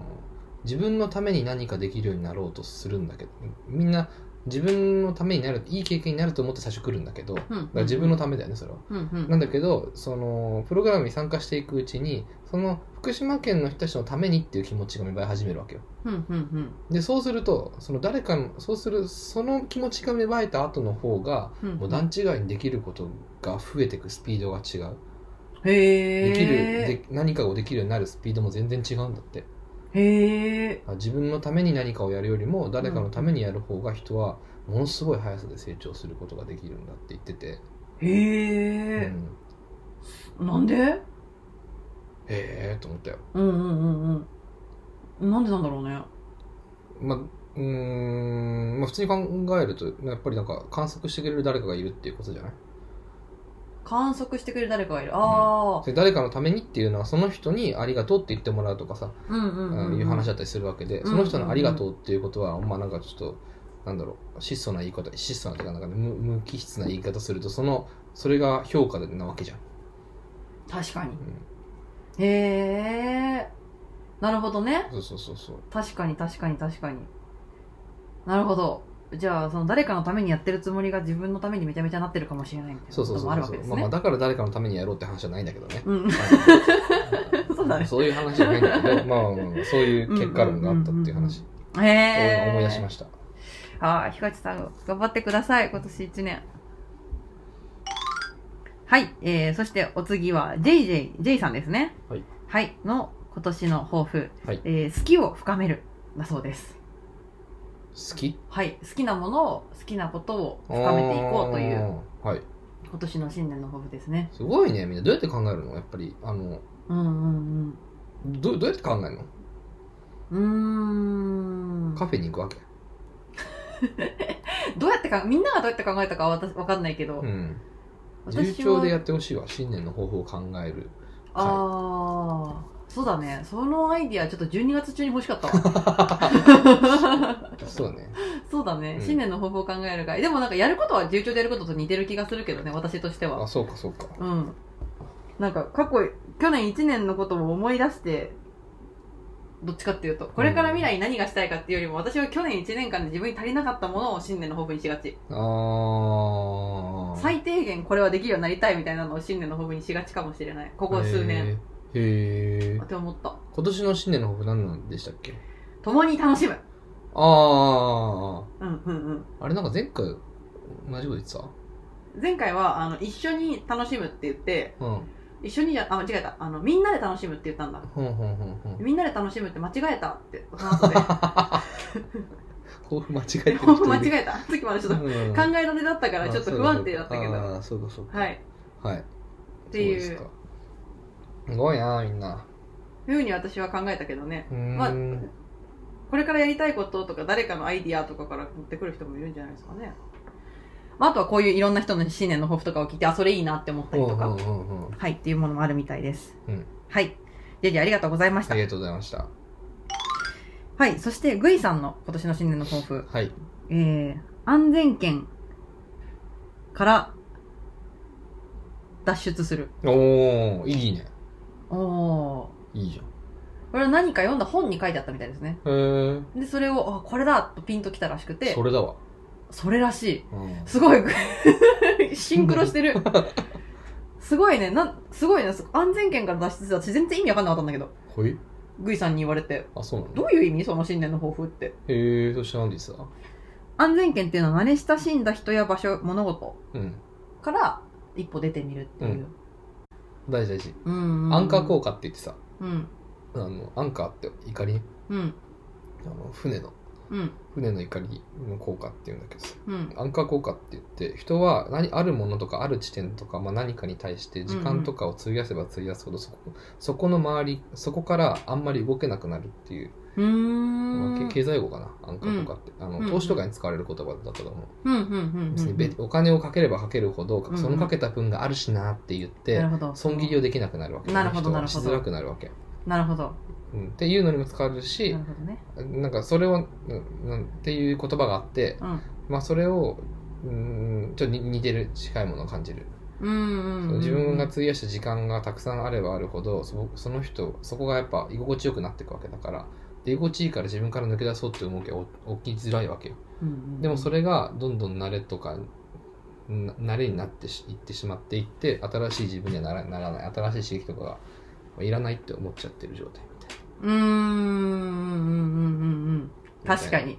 自分のために何かできるようになろうとするんだけどみんな自分のためになるいい経験になると思って最初来るんだけどだか
うん
ら自分のためだよねそれは。
うんうん
なんだけどそのプログラムに参加していくうちにその福島県の人たちのためにっていう気持ちが芽生え始めるわけよ。
うんうんうん
でそうするとその誰かのそうするその気持ちが芽生えた後の方が
うん
もう段違いにできることが増えていくスピードが違う、
へえ
できるで何かをできるようになるスピードも全然違うんだって
へえ
あ自分のために何かをやるよりも誰かのためにやる方が人はものすごい速さで成長することができるんだって言ってて、
へ
う
え、
ん
なんで
へえと思ったよ
うんうんうんうんなんでなんだろうね
まあうーんまあ普通に考えるとやっぱりなんか観測してくれる誰かがいるっていうことじゃない
観測してくれる誰かがいるああ、
で誰かのためにっていうのはその人にありがとうって言ってもらうとかさ、
うん、うんうん、うん、
いう話だったりするわけで、
うん
その人のありがとうっていうことは、まあなんかちょっとなんだろう質素な言い方質素なっていうかなんか、ね、無無機質な言い方するとそのそれが評価なわけじゃん、
確かに
う
へえなるほどね
ん、そうそうそうそう
確かに確かに確かになるほどじゃあその誰かのためにやってるつもりが自分のためにめちゃめちゃなってるかもしれないみたいなこ
そうそう
と
そ
もあ
う
るわ
そ
け
う、
です
まあ、まあ
ね
だから誰かのためにやろうって話じゃないんだけどね、
うん そうだね
そういう話じゃないんだけど、まあまあまあ、そういう結果論があったっていう話を
へえ
思い出しま
し
した、
たああひかちさん頑張ってください今年1年はい、えー、そしてお次は JJJ さんですね
はい、
はい、の今年の抱負、
はい
えー好きを深めるだそうです
好き
はい、好きなものを好きなことを深めていこうという
あーはい
今年の新年の抱負ですね
すごいねみんなどうやって考えるのやっぱりあの
うんうん
どどうやって考えるの
うんうーん
カフェに行くわけ、
どうやってかみんながどうやって考えたかは私わかんないけど、
うん、重
私
調
は
でやってほしいわ新年の方法を考える
ああそうだねそのアイディアちょっと12月中に欲しかったわ
そうだね
そうだね、
うん
新年の抱負を考える会でもなんかやることは重調でやることと似てる気がするけどね私としては
あそうかそうか
うん。なんか、過去、去年1年のことを思い出して、どっちかっていうと、これから未来に何がしたいかっていうよりも、私は去年1年間で自分に足りなかったものを新年の抱負にしがち。
ああ
最低限これはできるようになりたいみたいなのを新年の抱負にしがちかもしれない。ここ数年。
へーへー
って思った。
今年の新年の方法何なんでしたっけ
共に楽しむ。
あ
うんうんうん。
ああれなんか前回同じこと言ってた
前回は、あの、一緒に楽しむって言って、
うん
一緒にじゃ、あ、間違えた。あの、みんなで楽しむって言ったんだ。
ほんほんほんほん
みんなで楽しむって間違えたって、その後で。
抱負間違えてる人いる
抱負 間違えた。時までちょっと
うん
考えられだったからちょっと不安定だったけどは
あそうかそうか
い
はい
っていう
そうですかすごいなみんな
ふうに私は考えたけどね
うーん、
まあこれからやりたいこととか誰かのアイディアとかから持ってくる人もいるんじゃないですかね、まあ、あとはこういういろんな人の新年の抱負とかを聞いてあそれいいなって思ったりとか、
うんうんうんうん
はいっていうものもあるみたいです、
うん
はいジェジェありがとうございまし
あ
た
りがとうございました
はいそしてグイさんの今年の新年の抱負
はい
えー、安全圏から脱出する
おおいいね
おお
いいじゃん
ーこれは何か読んだ本に書いてあったみたいですね
へ
で、それを、あ、これだとピンときたらしく
え
て、
そ
そ
れだわ、
れらしい。
うん、
すごい、 シンクロして る。すごいね、なん、すごいね、す安全圏から脱出だし、全然意味わかんなかったんだけど、
ほい
グイさんに言われて、
あそうなの
どういう意味その新年の抱負って。
へえそしてなんでさ
安全圏っていうのは慣れ親しんだ人や場所、物事
うん
から一歩出てみるっていう。
大事大事
うん。
アンカー効果って言ってさ
うん。
あのアンカーって怒りね
うん。
あの船の
うん。うん
船の怒りの効果っていうんだけどさ
うん
アンカー効果って言って人は何あるものとかある地点とか、まあ、何かに対して時間とかを費やせば費やすほどそこそこの周りそこからあんまり動けなくなるっていう、
うー
まあ
ん
け経済用語かなアンカー効果って、あ
うんう
の
ん
投資とかに使われる言葉だったと思う、
うんうんうんうん
別にべお金をかければかけるほど、
んうん
そのかけた分があるしなって言って、
なるほど
損切りをできなくなるわけ
なるほど
人は
なるほど
しづらくなるわけ、
なるほど
うん、っていうのにも使われるし、
なるほどね
なんかそれをうんなんっていう言葉があって、
うん
まあ、それをうんちょっとに似てる近いものを感じる、
うんうんうん
自分が費やした時間がたくさんあればあるほどそその人そこがやっぱ居心地よくなっていくわけだからで居心地いいから自分から抜け出そうって思うけどお起きづらいわけよ
うんうん
でもそれがどんどん慣れとかな慣れになってしいってしまっていって新しい自分にはならならない新しい刺激とかがまあいらないって思っちゃってる状態みたいう
ーんうんうんうんうん
な
確かに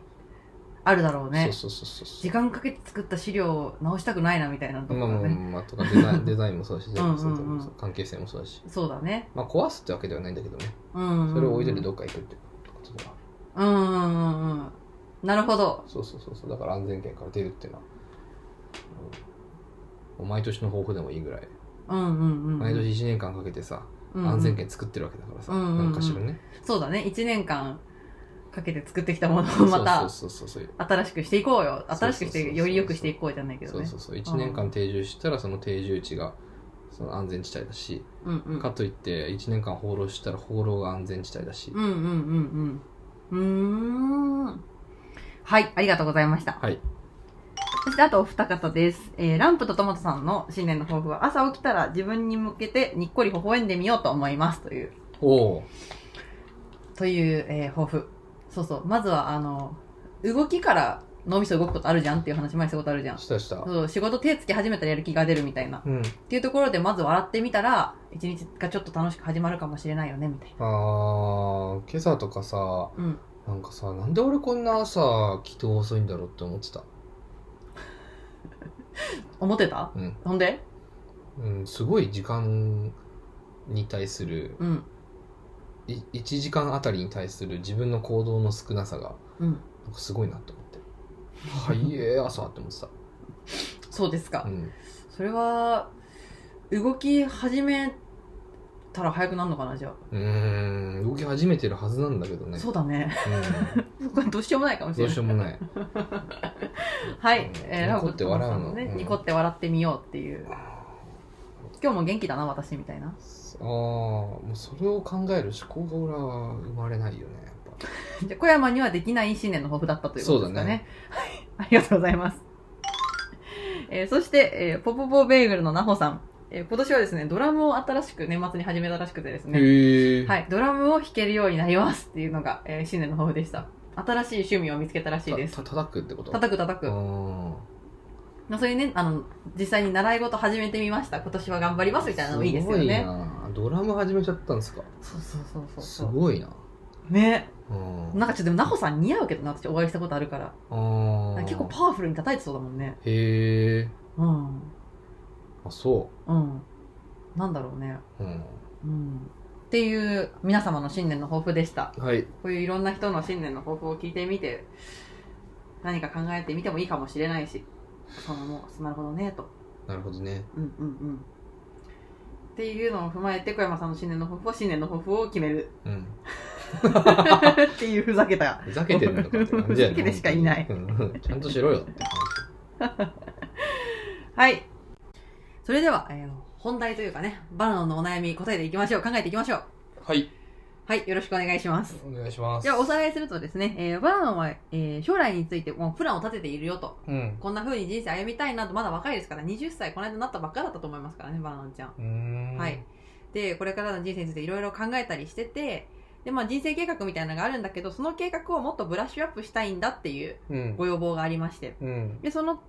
あるだろうね
そうそうそうそう
時間かけて作った資料を直したくないなみたいなとこ
まあ
ろ
まあ
ね
まあとかデ ザインデザインもそうだし、
んうんうん
そうだと思うそう関係性もそうだし、
そうだね
まあ、壊すってわけではないんだけどね、
うんうんうん
それを置いといてどっか行くってことだから
うんうんうんうんなるほど
そうそうそうそう、だから安全圏から出るっていうのは、うんもう毎年の抱負でもいいぐらい、
うんうんうん
毎年1年間かけて
うん
さ、
うん
安全圏作ってるわけだからさ、
うんうんうん
なんかしらね、
そうだね1年間かけて作ってきたものをまた
そうそうそうそう、
新しくしていこうよ
そうそう
新しくしてより良くしていこうじゃないけど
そう
ね
そうそう1年間定住したらその定住地がその安全地帯だし、
うんうん
かといって1年間放浪したら放浪が安全地帯だし、
うんうんうんうん。うーん。はい、ありがとうございました。
はい
そしてあとお二方です。えー、ランプとトマトさんの新年の抱負は、朝起きたら自分に向けてにっこり微笑んでみようと思います。という、
おお
という、えー抱負。そうそう。まずは、あの、動きから脳みそ動くことあるじゃんっていう話前したことあるじゃん。
したした
そう仕事手つき始めたらやる気が出るみたいな。
うん
っていうところで、まず笑ってみたら、一日がちょっと楽しく始まるかもしれないよね、みたいな。
あー今朝とかさ
うん。
なんかさなんで俺こんな朝起動遅いんだろうって思ってた
思ってた
うん、
ほんで
うん、すごい時間に対する
うん。
い1時間あたりに対する自分の行動の少なさが
うん。
なんかすごいなと 思ってはいえー朝って思ってた、
そうですか。
うん、
それは動き始めたら早くなるのかなじゃ
うーん動き始めてるはずなんだけど
あ、
ね
そうだね
うん
そこはどうしようもないかも し
ど
れない
うしようもない
はい、
うん
ラ
ニコ
ブ
って笑うの
さんね
うん
ニコって笑ってみようっていう今日も元気だな私みたいな
ああもうそれを考える思考が俺は生まれないよねやっぱ
じゃあ小山にはできない新年の抱負だったということですかね
そうだね
はい ありがとうございます、えーそして、えーポポポベーグルのなほさん、えー今年はですねドラムを新しく年末に始めたらしくてですね
へえ
はい、ドラムを弾けるようになりますっていうのが、えー新年の抱負でした。新しい趣味を見つけたらしいです。
た叩くってこと
叩く叩
う
く。
ん
まあそういうね、あの、実際に習い事始めてみました。今年は頑張りますみたいなのもいいですよ
ごい
ね。
なドラム始めちゃったんですか
そうそうそうそう
す
そう。
ごいな
ね。
うん
なんかちょっとでも、なほさん似合うけどな、私お会いしたことあるから。
あ
なん
ー
か結構パワフルに叩いてそうだもんね。
へえ
うん。
あそ
うん。なんだろうね。
う、うん、
うん。っていう、皆様の新年の抱負でした。
はい
こういういろんな人の新年の抱負を聞いてみて、何か考えてみてもいいかもしれないし、そのもう、なるほどね、と。
なるほどね
うんうんうん。っていうのを踏まえて、小山さんの新年の抱負は新年の抱負を決める。
うん
っていうふざけた。
ふざけてるのかって感じやね
ふざけてしかいない
うんちゃんとしろよって話
はい。それでは、えー本題というかね、バナナのお悩み答えていきましょう。考えていきましょう。
はい
はい、よろしくお願いします。
お願いします
じゃあ、おさらいするとですね、えーバナナは、えー将来についてもうプランを立てているよと。
うん
こんな風に人生歩みたいなと、まだ若いですから、20歳、この間なったばっかだったと思いますからね、バナナちゃん。
うーん
はい。で、これからの人生についていろいろ考えたりしてて、で、まあ人生計画みたいなのがあるんだけど、その計画をもっとブラッシュアップしたいんだっていう
うん
ご要望がありまして。
うん
で、その、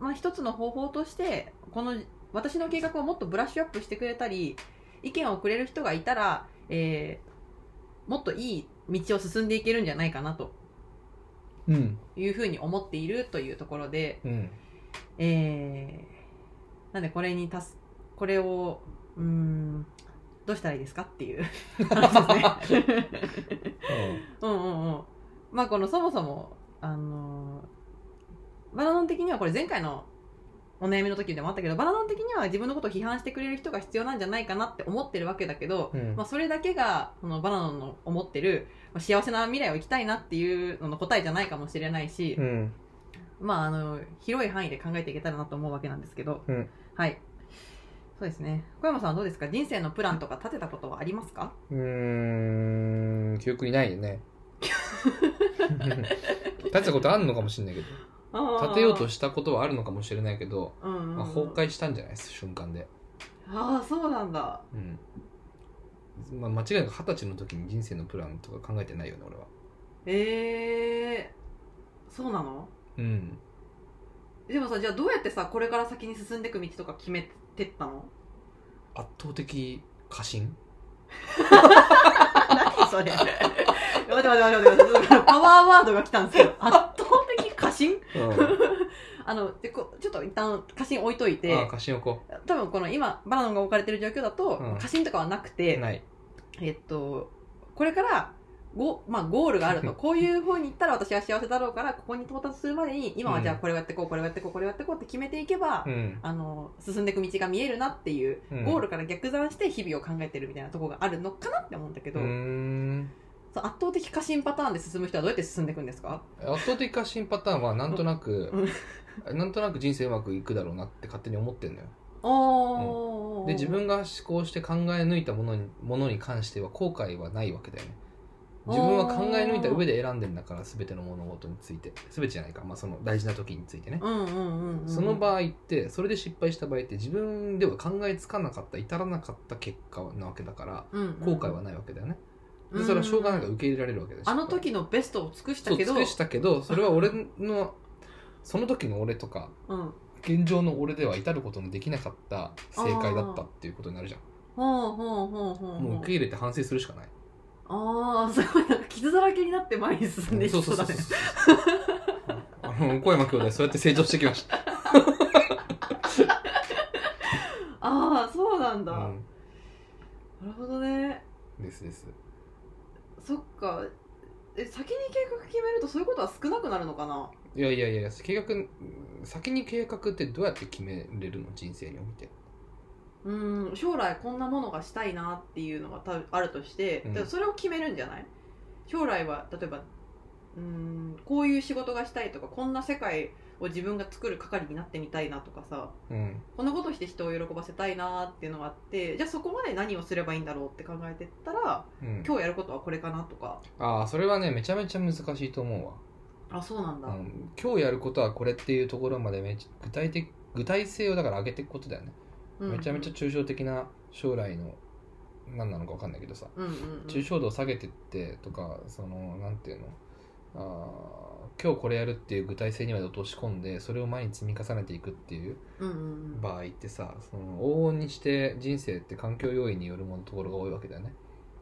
まあ一つの方法として、この、私の計画をもっとブラッシュアップしてくれたり、意見をくれる人がいたら、えーもっといい道を進んでいけるんじゃないかなと
うん
いうふうに思っているというところで、
うん
えーなんでこれに足す、これを、うーん、どうしたらいいですかって いう話ですね。うんうんうん。まあこのそもそもあのーバナナン的にはこれ前回のお悩みの時でもあったけどバナナン的には自分のことを批判してくれる人が必要なんじゃないかなって思ってるわけだけど、
うん
まあ、それだけがそのバナナンの思ってる、まあ、幸せな未来を生きたいなっていうのの答えじゃないかもしれないし、
うん。
まあ、あの広い範囲で考えていけたらなと思うわけなんですけど、
うん
はいそうですね小山さんはどうですか人生のプランとか立てたことはありますか
うーん、記憶にないよ ね。立てたことあるのかもしれないけど、立てようと
し
したことはあるのかもしれないけど、
うんうんうん
まあ、崩壊したんじゃないです、瞬間で。
ああそうなんだ
うん。まあ、間違いなく二十歳の時に人生のプランとか考えてないよね、俺は。
ええそうなの
うん。
でもさじゃあどうやってさこれから先に進んでいく道とか決めてったの
圧倒的過信
何それ待って待って待って待ってパワーワードが来たんですけど圧倒的過信
うん。
あのでこちょっと一旦過信置いとい
ああ、
て
過信をこ
多分この今バナナが置かれてる状況だと、
うん
過信とかはなくて
う。ない。
えっと、これからゴ,、まあ、ゴールがあると、こういう方に行ったら私は幸せだろうから、ここに到達するまでに、今はじゃあ
うん
これをやってこう、これをやってこう、これをやってこうって決めていけば、
うん。
あの、進んでいく道が見えるなっていう、
うん
ゴールから逆算して日々を考えてるみたいなところがあるのかなって思うんだけ
う
ど、
ーん。
そう圧倒的過信パターンで進む人はどうやって進んでいくんですか
圧倒的過信パターンはなんとなく
うん、
なんとなく人生うまくいくだろうなって勝手に思ってんのよ。
おー、
で自分が思考して考え抜いたものにものに関しては後悔はないわけだよね自分は考え抜いた上で選んでるんだから全ての物事について全てじゃないか、まあ、その大事な時についてね、
うんうんうん、うん。
その場合ってそれで失敗した場合って自分では考えつかなかった至らなかった結果なわけだから
うんうん、
後悔はないわけだよねでそれはしょうがないから
うん
受け入れられるわけだし
あの時のベストを尽くした
そう
けど、
尽くしたけどそれは俺のその時の俺とか
うん。
現状の俺では至ることのできなかった正解だったっていうことになるじゃん
ほうほうほうほうほう。
もう受け入れて反省するしかない
ああ、すごい、なんか傷だらけになって前に進んでい
そ
き
うそ
そううだ
そうそ
ね
う。 あの小山兄弟そうやって成長してきました、
ああ、そうなんだ、
う
なるほどね。
ん、ですです
そっか。え、先に計画決めるとそういうことは少なくなるのかない
やいやいや計画先に計画ってどうやって決めれるの人生において
うん、将来こんなものがしたいなっていうのがたあるとして、
うん
だからそれを決めるんじゃない将来は、例えば、うん、こういう仕事がしたいとか、こんな世界を自分が作る係になってみたいなとかさ、
うん
こんなことして人を喜ばせたいなっていうのがあって、じゃあそこまで何をすればいいんだろうって考えてったら、
うん、
今日やることはこれかなとか
ああそれはねめちゃめちゃ難しいと思うわ
あそうなんだ、
あの今日やることはこれっていうところまでめち具体的具体性をだから上げていくことだよね、
うん
めちゃめちゃ抽象的な将来の何なのか分かんないけどさ
うんうんうん
抽象度を下げてってとかそのなんていうのあー今日これやるっていう具体性にまで落とし込んでそれを毎日積み重ねていくっていう
うんうん
場合ってさその往々にして人生って環境要因によるものところが多いわけだよね、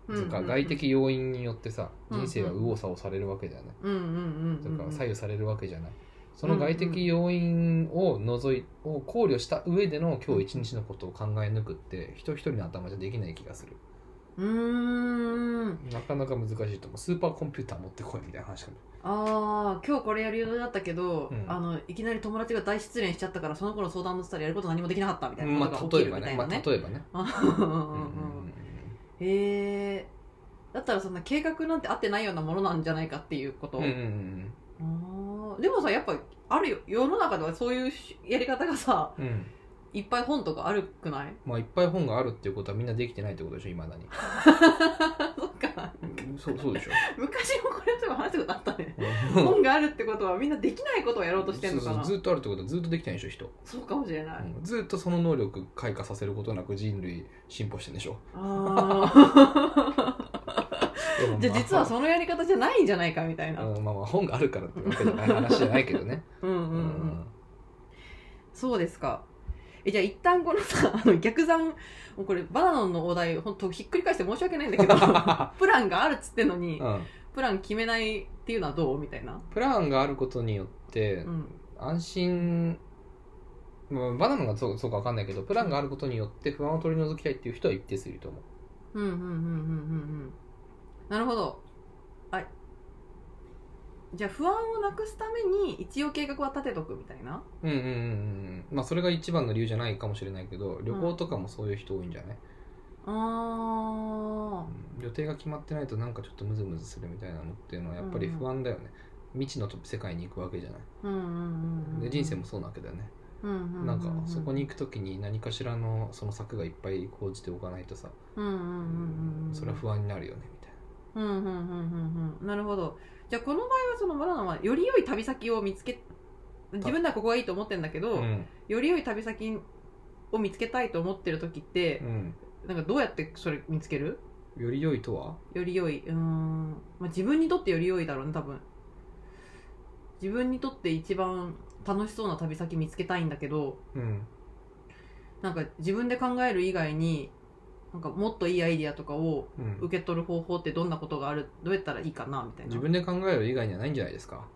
うん
とか外
うん
的要因によってさ
うんうん
人生は右往左往されるわけだよね、
うんうんうんうん
とか左右されるわけじゃないその外的要因を除いを考慮した上での今日一日のことを考え抜くって人一人の頭じゃできない気がする
うーん
なかなか難しいと思うスーパーコンピューター持ってこいみたいな話かも
ああ今日これやる予定だったけど、
うん
あのいきなり友達が大失恋しちゃったからその子の相談乗ってたらやること何もできなかったみたいな
ま
こ
あ
とが起
例え
きる
ば
みた
ね
い
ま
な
あ
ね
例えばね
うん
う
うんんうんへえだったらそんな計画なんて合ってないようなものなんじゃないかっていうこと、
うんうんうん
あーでもさやっぱあるよ世の中ではそういうしやり方がさ
うんうん
いっぱい本とかあるくない
まあいっぱい本があるっていうことはみんなできてないってことでしょいまだに
そっか
うんそうそうでしょ
昔もこれとか話したことあったね
うん
本があるってことはみんなできないことをやろうとしてるのかな
そう
そう
そうずっとあるってことはずっとできてないでしょ人、
かもしれない、
うんずっとその能力開花させることなく人類進歩してんでしょ
あ
でも
ーじゃあ実はそのやり方じゃないんじゃないかみたいな、
うんまあまあ本があるからってわけじゃない話じゃないけどね
うんうん
う
うん、
ん
そうですかえじゃあ一旦このさ あの逆算もうこれバナナのお題本当ひっくり返して申し訳ないんだけ どプランがあるっつってんのに、
うん
プラン決めないっていうのはどうみたいな
プランがあることによって
うん
安心まあバナナがそうそうかわかんないけどプランがあることによって不安を取り除きたいっていう人は一定数いると思う
うんうんうんうんうんうんなるほどはいじゃあ不安をなくすために一応計画は立てとくみたいな
うんうんうんうんまあそれが一番の理由じゃないかもしれないけど旅行とかもそういう人多いんじゃない、
あ
うん予定が決まってないとなんかちょっとムズムズするみたいなのっていうのはやっぱり不安だよね、未知の世界に行くわけじゃない、
ーうんうんうんうん
で人生もそうなわけだよね、
うんうんうん
なんかそこに行く時に何かしらのその策がいっぱい講じておかないとさ、
うんうんうんうん
それは不安になるよねみたいな
うんうんうんうんうんなるほどじゃあこの場合はそのバナナはより良い旅先を見つけ自分ではここがいいと思ってるんだけど、
うん
より良い旅先を見つけたいと思ってる時って
う、ん
なんかどうやってそれ見つける
より良いとは
より良いうーん、まあ、自分にとってより良いだろうね多分自分にとって一番楽しそうな旅先見つけたいんだけど
うん
なんか自分で考える以外になんかもっといいアイディアとかを
うん
受け取る方法ってどんなことがあるどうやったらいいかなみたいな
自分で考える以外にはないんじゃないですか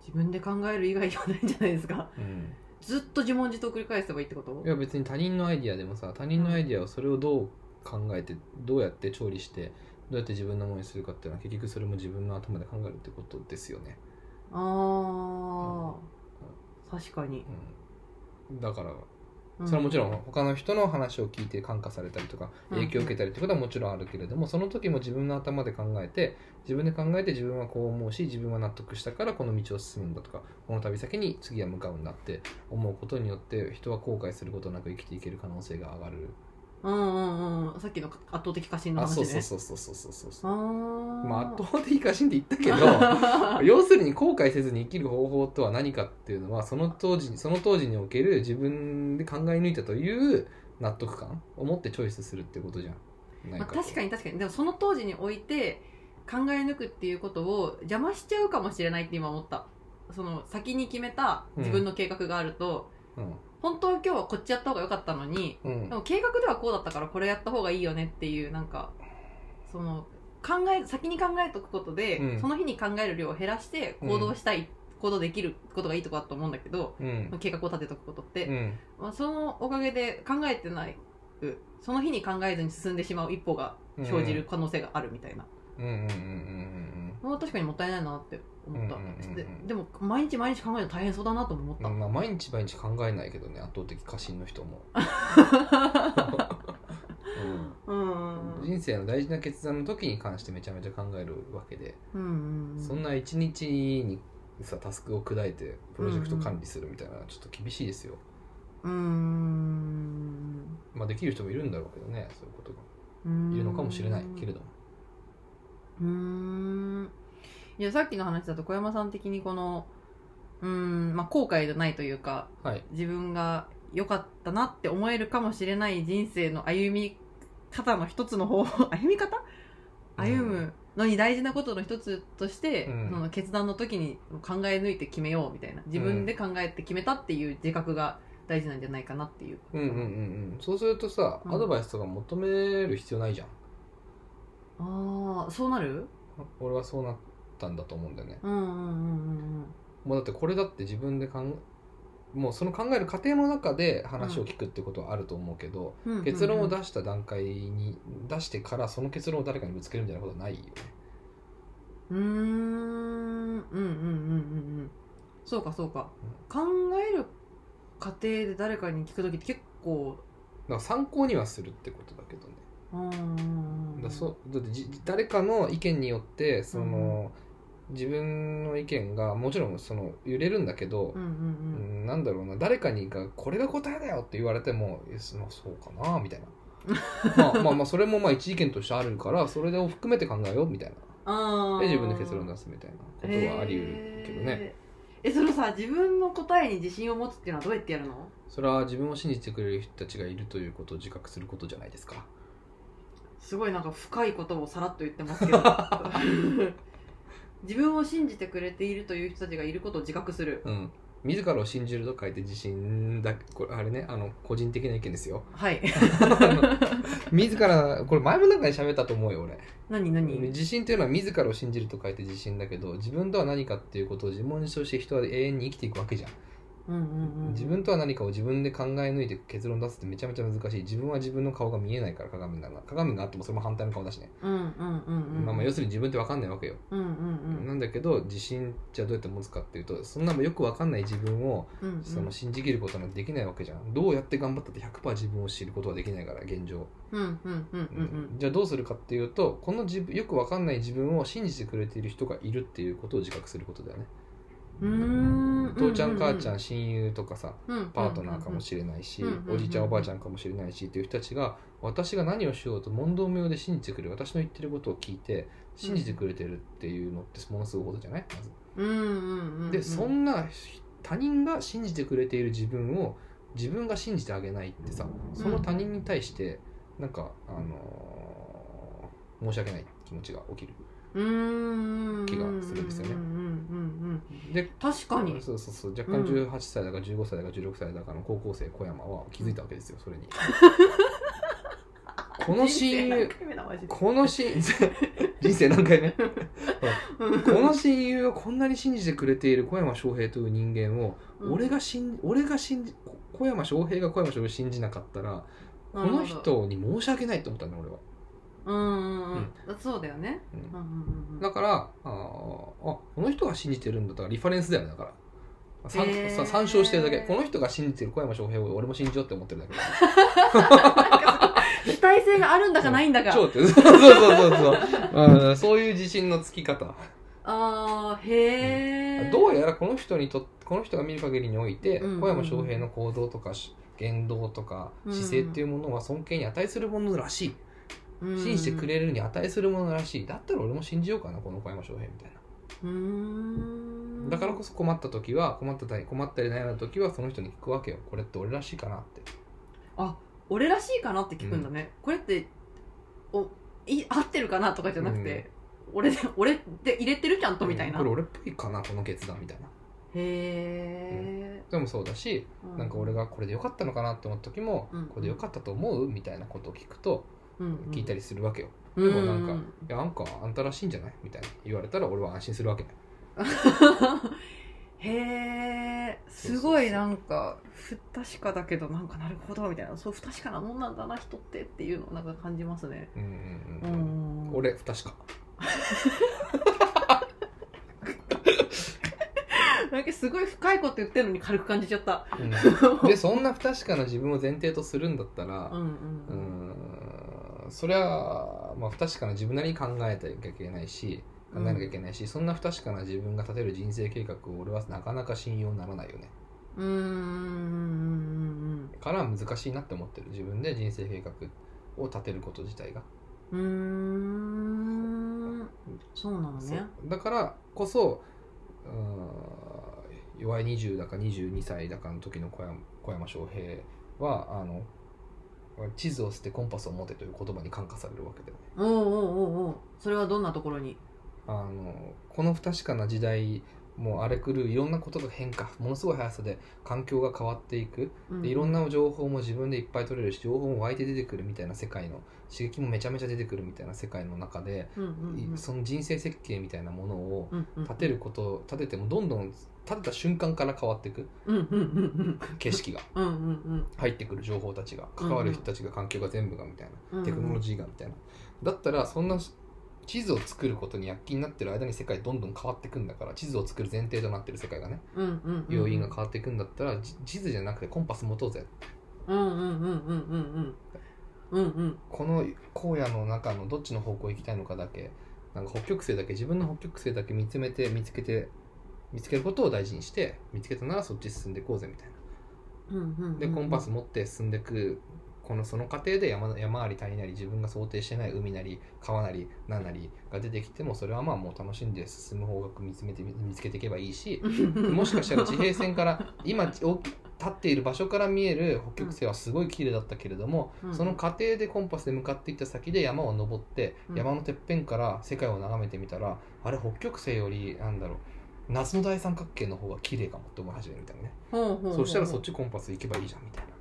自分で考える以外ではないんじゃないですか
うん
ずっと自問自答を繰り返せばいいってこと
いや別に他人のアイディアでもさ他人のアイディアをそれをどう考えてどうやって調理してどうやって自分のものにするかっていうのは結局それも自分の頭で考えるってことですよね、
ああ確かに、
うん、だから
う
それはもちろん他の人の話を聞いて感化されたりとか
うん
影響を受けたりってことはもちろんあるけれどもその時も自分の頭で考えて自分で考えて自分はこう思うし自分は納得したからこの道を進むんだとかこの旅先に次は向かうんだって思うことによって人は後悔することなく生きていける可能性が上がる
うんうんうんさっきの圧倒的過信の
あ
話ね
そうそうそうそうそうそうそう
あー
まあ圧倒的過信って言った けど要するに後悔せずに生きる方法とは何かっていうのはその当時にその当時における自分で考え抜いたという納得感を持ってチョイスするってことじゃんない
まあ、
と
確かに確かにでもその当時において考え抜くっていうことを邪魔しちゃうかもしれないって今思ったその先に決めた自分の計画があると、本当は今日はこっちやった方が良かったのに
うん、うん
でも計画ではこうだったからこれやった方がいいよねっていうなんかその考え先に考えとくことで、
うん
その日に考える量を減らして行動したい、行動できることがいいとこだと思うんだけど
うん
計画を立てとくことって、
うん
まあ、そのおかげで考えてないその日に考えずに進んでしまう一歩が生じる可能性があるみたいな、
うんうんうんうんうん
まあ、確かにもったいないなって思った、
うんうんうんうん
ででも毎日毎日考えるの大変そうだなとも思っ
うん
た、
まあ、毎日毎日考えないけどね圧倒的過信の 人も、うん
うんうん
人生の大事な決断の時に関してめちゃめちゃ考えるわけで、
うんうんうん
そんな一日にさタスクを砕いてプロジェクト管理するみたいなのはちょっと厳しいですよ、
うーん
まあ、できる人もいるんだろうけどねそういうことが
うーん
いるのかもしれないけれども
うーんいやさっきの話だと小山さん的にこのうーん、まあ、後悔じゃないというか
はい
自分が良かったなって思えるかもしれない人生の歩み方の一つの方 法歩み方
うん
歩むのに大事なことの一つとして、
うん
その決断の時に考え抜いて決めようみたいな自分で考えて決めたっていう自覚が大事なんじゃないかなっていう、
うんうんうんうんそうするとさ
うん
アドバイスとか求める必要ないじゃん、
ああそうなる
俺はそうなったんだと思うんだよね
うんうんうん
もうだってこれだって自分で考えもうその考える過程の中で話を聞くってことはあると思うけど、
うんうん
結論を
す
出した段階に出してからその結論を誰かにぶつけるみたいなことはないよね
うーんうんうんうんうんうんそうかそうか、考える過程で誰かに聞く時って結構
だから参考にはするってことだけどね
うん
だそうだってじ誰かの意見によってその、自分の意見がもちろんその揺れるんだけど
う、んう
う
ん
んなんだろうな誰かにが「これが答えだよ」って言われても「えそまあそうかな」 みたいなまあまあまあそれもまあ一意見としてあるからそれを含めて考えようみたいな
うん
で自分で結論出すみたいなことはあり得るけどね、
へーえそのさ自分の答えに自信を持つっていうのはどうやってやるの
それは自分を信じてくれる人たちがいるということを自覚することじゃないですか
すごいなんか深いことをさらっと言ってますけど 自分を信じてくれているという人たちがいることを自覚する
うん自らを信じると書いて自信だこれあれねあの個人的な意見ですよ
はい
自らこれ前もなんかに喋ったと思うよ俺
何何
自信というのは自らを信じると書いて自信だけど自分とは何かっていうことを自問自答して人は永遠に生きていくわけじゃん
うんうんうん
自分とは何かを自分で考え抜いて結論出すってめちゃめちゃ難しい自分は自分の顔が見えないから鏡が鏡があってもそれも反対の顔だしね、
うんうんうんうん
まあ、まあ要するに自分って分かんないわけよ、
うんうん
なんだけど自信じゃどうやって持つかっていうとそんなもよく分かんない自分を
うんうん
その信じきることなんてできないわけじゃんどうやって頑張ったって100%自分を知ることはできないから現状、
うんうんうんうんうん
じゃあどうするかっていうとこの自分よく分かんない自分を信じてくれている人がいるっていうことを自覚することだよね
うーん
父ちゃん母ちゃ
うん
親友とかさ
ん
パートナーかも
れ
しれないし、
うんうんうんうん
おじいちゃんおばあちゃんかもしれないしっていう人たちが私が何をしようと問答無用で信じてくれる私の言ってることを聞いて信じてくれてるっていうのってものすごいことじゃないまず
うんうんうん
でそんな他人が信じてくれている自分を自分が信じてあげないってさその他人に対してなんか、あのー申し訳ない気持ちが起きる気
気
がするんですよね
うんうんうん
で
確かに
そうそうそう若
う
干
ん
18歳だか15歳だか16歳だかの高校生小山は気づいたわけですよ それにこの親友この親 人生何回目この親友をこんなに信じてくれている小山翔平という人間を、俺
が
が信じ俺が信じこ小山翔平が小山翔平を信じなかったらこの人に申し訳ないと思ったんだ俺は
うんうんうんそうだよね
うん
うんうんうん
だからあーあこの人が信じてるんだったらリファレンスだよねだから参,さ、
へー
参照してるだけこの人が信じてる小山翔平を俺も信じようって思ってるだけ
主体性があるんだかないんだか
超って そうそうそうそう、うん、そういう自信のつき方
あーへえ
どうやらこの人にとっこの人が見る限りにおいて、
うん
小山翔平の行動とかし言動とか
うん
姿勢っていうものは尊敬に値するものらしい、
うん
信じてくれるに値するものらしいだったら俺も信じようかなこの小山翔平みたいな。
うーん
だからこそ困った時は困ったり困ったり悩んだ時はその人に聞くわけよこれって俺らしいかなって
俺らしいかなって聞くんだねこれっておい合ってるかなとかじゃなくて俺で俺って入れてるちゃんとみたいな
うんこ
へ
れ俺っぽいかなこの決断みたいな
え
でもそうだし、なんか俺がこれで良かったのかなって思った時も、
うん
これで良かったと思うみたいなことを聞くと聞いた
り
りするわけよ、
で
でもなんかいやなんかあんたらしいんじゃないみたいな言われたら俺は安心するわけ
へえ
そうそうそう
すごいなんか不確かだけどなんかなるほどみたいなそう不確かなもんなんだな人ってっていうのをなんか感じますね
うん
う
うんうん、うん、
ん
俺不確か
なんかすごい深いこと言ってるのに軽く感じちゃった
うんでそんな不確かな自分を前提とするんだったら、
うん
う
うん
ーんそれは、まあ、不確かな自分なりに考えたきゃいけないし考えなきゃいけないし、そんな不確かな自分が立てる人生計画を俺はなかなか信用ならないよね
うんうん
から難しいなって思ってる自分で人生計画を立てること自体が、
うんうんうんうーんそうなのね
そうだからこそうーん弱い20だか22歳だかの時の小山小山翔平はあの地図を捨てコンパスを持てという言葉に感化されるわけだよね
おうおうおうおうそれはどんなところに
あのこの不確かな時代もう荒れ狂ういろんなことが変化ものすごい速さで環境が変わっていくでいろん
な
な情報も自分でいっぱい取れるし情報も湧いて出てくるみたいな世界の刺激もめちゃめちゃ出てくるみたいな世界の中で、いその人生設計みたいなものを立て
る
ること立ててもどんどん立てた瞬間から変わっていく
うんうんうん
景色が
うんうんうん
入ってくる情報たちが関わる人たちが環境が全部がみたいな。
うん
テクノロジーがみたいな。だったら、そんな地図を作ることに躍起になってる間に世界どんどん変わっていくんだから、地図を作る前提となってる世界がね、
うんうんうん
要因が変わっていくんだったら、じ地図じゃなくてコンパス持とうぜ。
うんうんうんうんうんうんうんうん
この荒野の中のどっちの方向行きたいのかだけ、なんか北極星だけ、自分の北極星だけ見つめて、見つけて、見つけることを大事にして、見つけたならそっち進んでいこうぜみたいな。
うんうんうん
でコンパス持って進んでくこのその過程で山山あり谷なり自分が想定してない海なり川なり何なりが出てきてもそれはまあもう楽しんで進む方角見つめて見つけていけばいいし もしかしたら地平線から今お立っている場所から見える北極星はすごい綺麗だったけれども、
うん
その過程でコンパスで向かっていった先で山を登って、
うん
山のてっぺんから世界を眺めてみたらあれ北極星よりなんだろう夏の大三角形の方が綺麗かもって思い始めるみたいなね、
ほうほうほう
そしたらそっちコンパス行けばいいじゃんみたいな。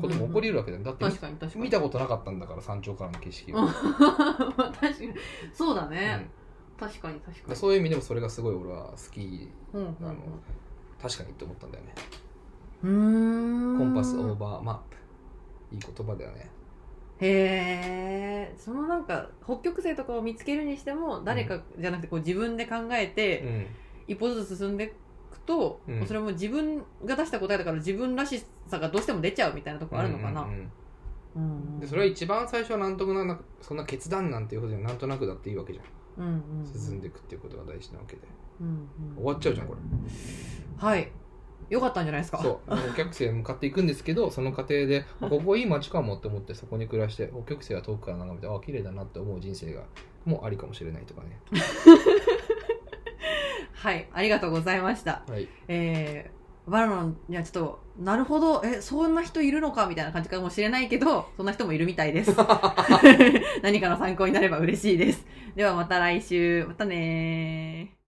ことも起こり得るわけだよねだって
うんうん
み
確かに確かに
見たことなかったんだから山頂からの景色を、
う
うん ん
確かにそうだね確かに確か
で
に
そういう意味でもそれがすごい俺は好き
うんうんうん
あの確かにって思ったんだよね
うーん
コンパスオーバーマップいい言葉だよね
へえそのなんか北極星とかを見つけるにしても誰かじゃなくてこう自分で考えて、
うん
一歩ずつ進んでいくと、
うん
それも自分が出した答えだから自分らしさがどうしても出ちゃうみたいなとこあるのかな、
うんうん
うん
うんでそれは一番最初はなんとなくそんな決断なんていうことじゃなんとなくだっていいわけじゃ
う
ん
んうんうん、
進んでいくっていうことが大事なわけで
うんうん
終わっちゃうじゃんこれ
はいよかったんじゃないですか
そう北極星へ向かっていくんですけどその過程であここいい街かもって思ってそこに暮らして北極星は遠くから眺めてあ綺麗だなって思う人生がもうありかもしれないとかね
はいありがとうございました
はい
えー、バロンいやちょっとなるほどえそんな人いるのかみたいな感じかもしれないけどそんな人もいるみたいです何かの参考になれば嬉しいですではまた来週またねー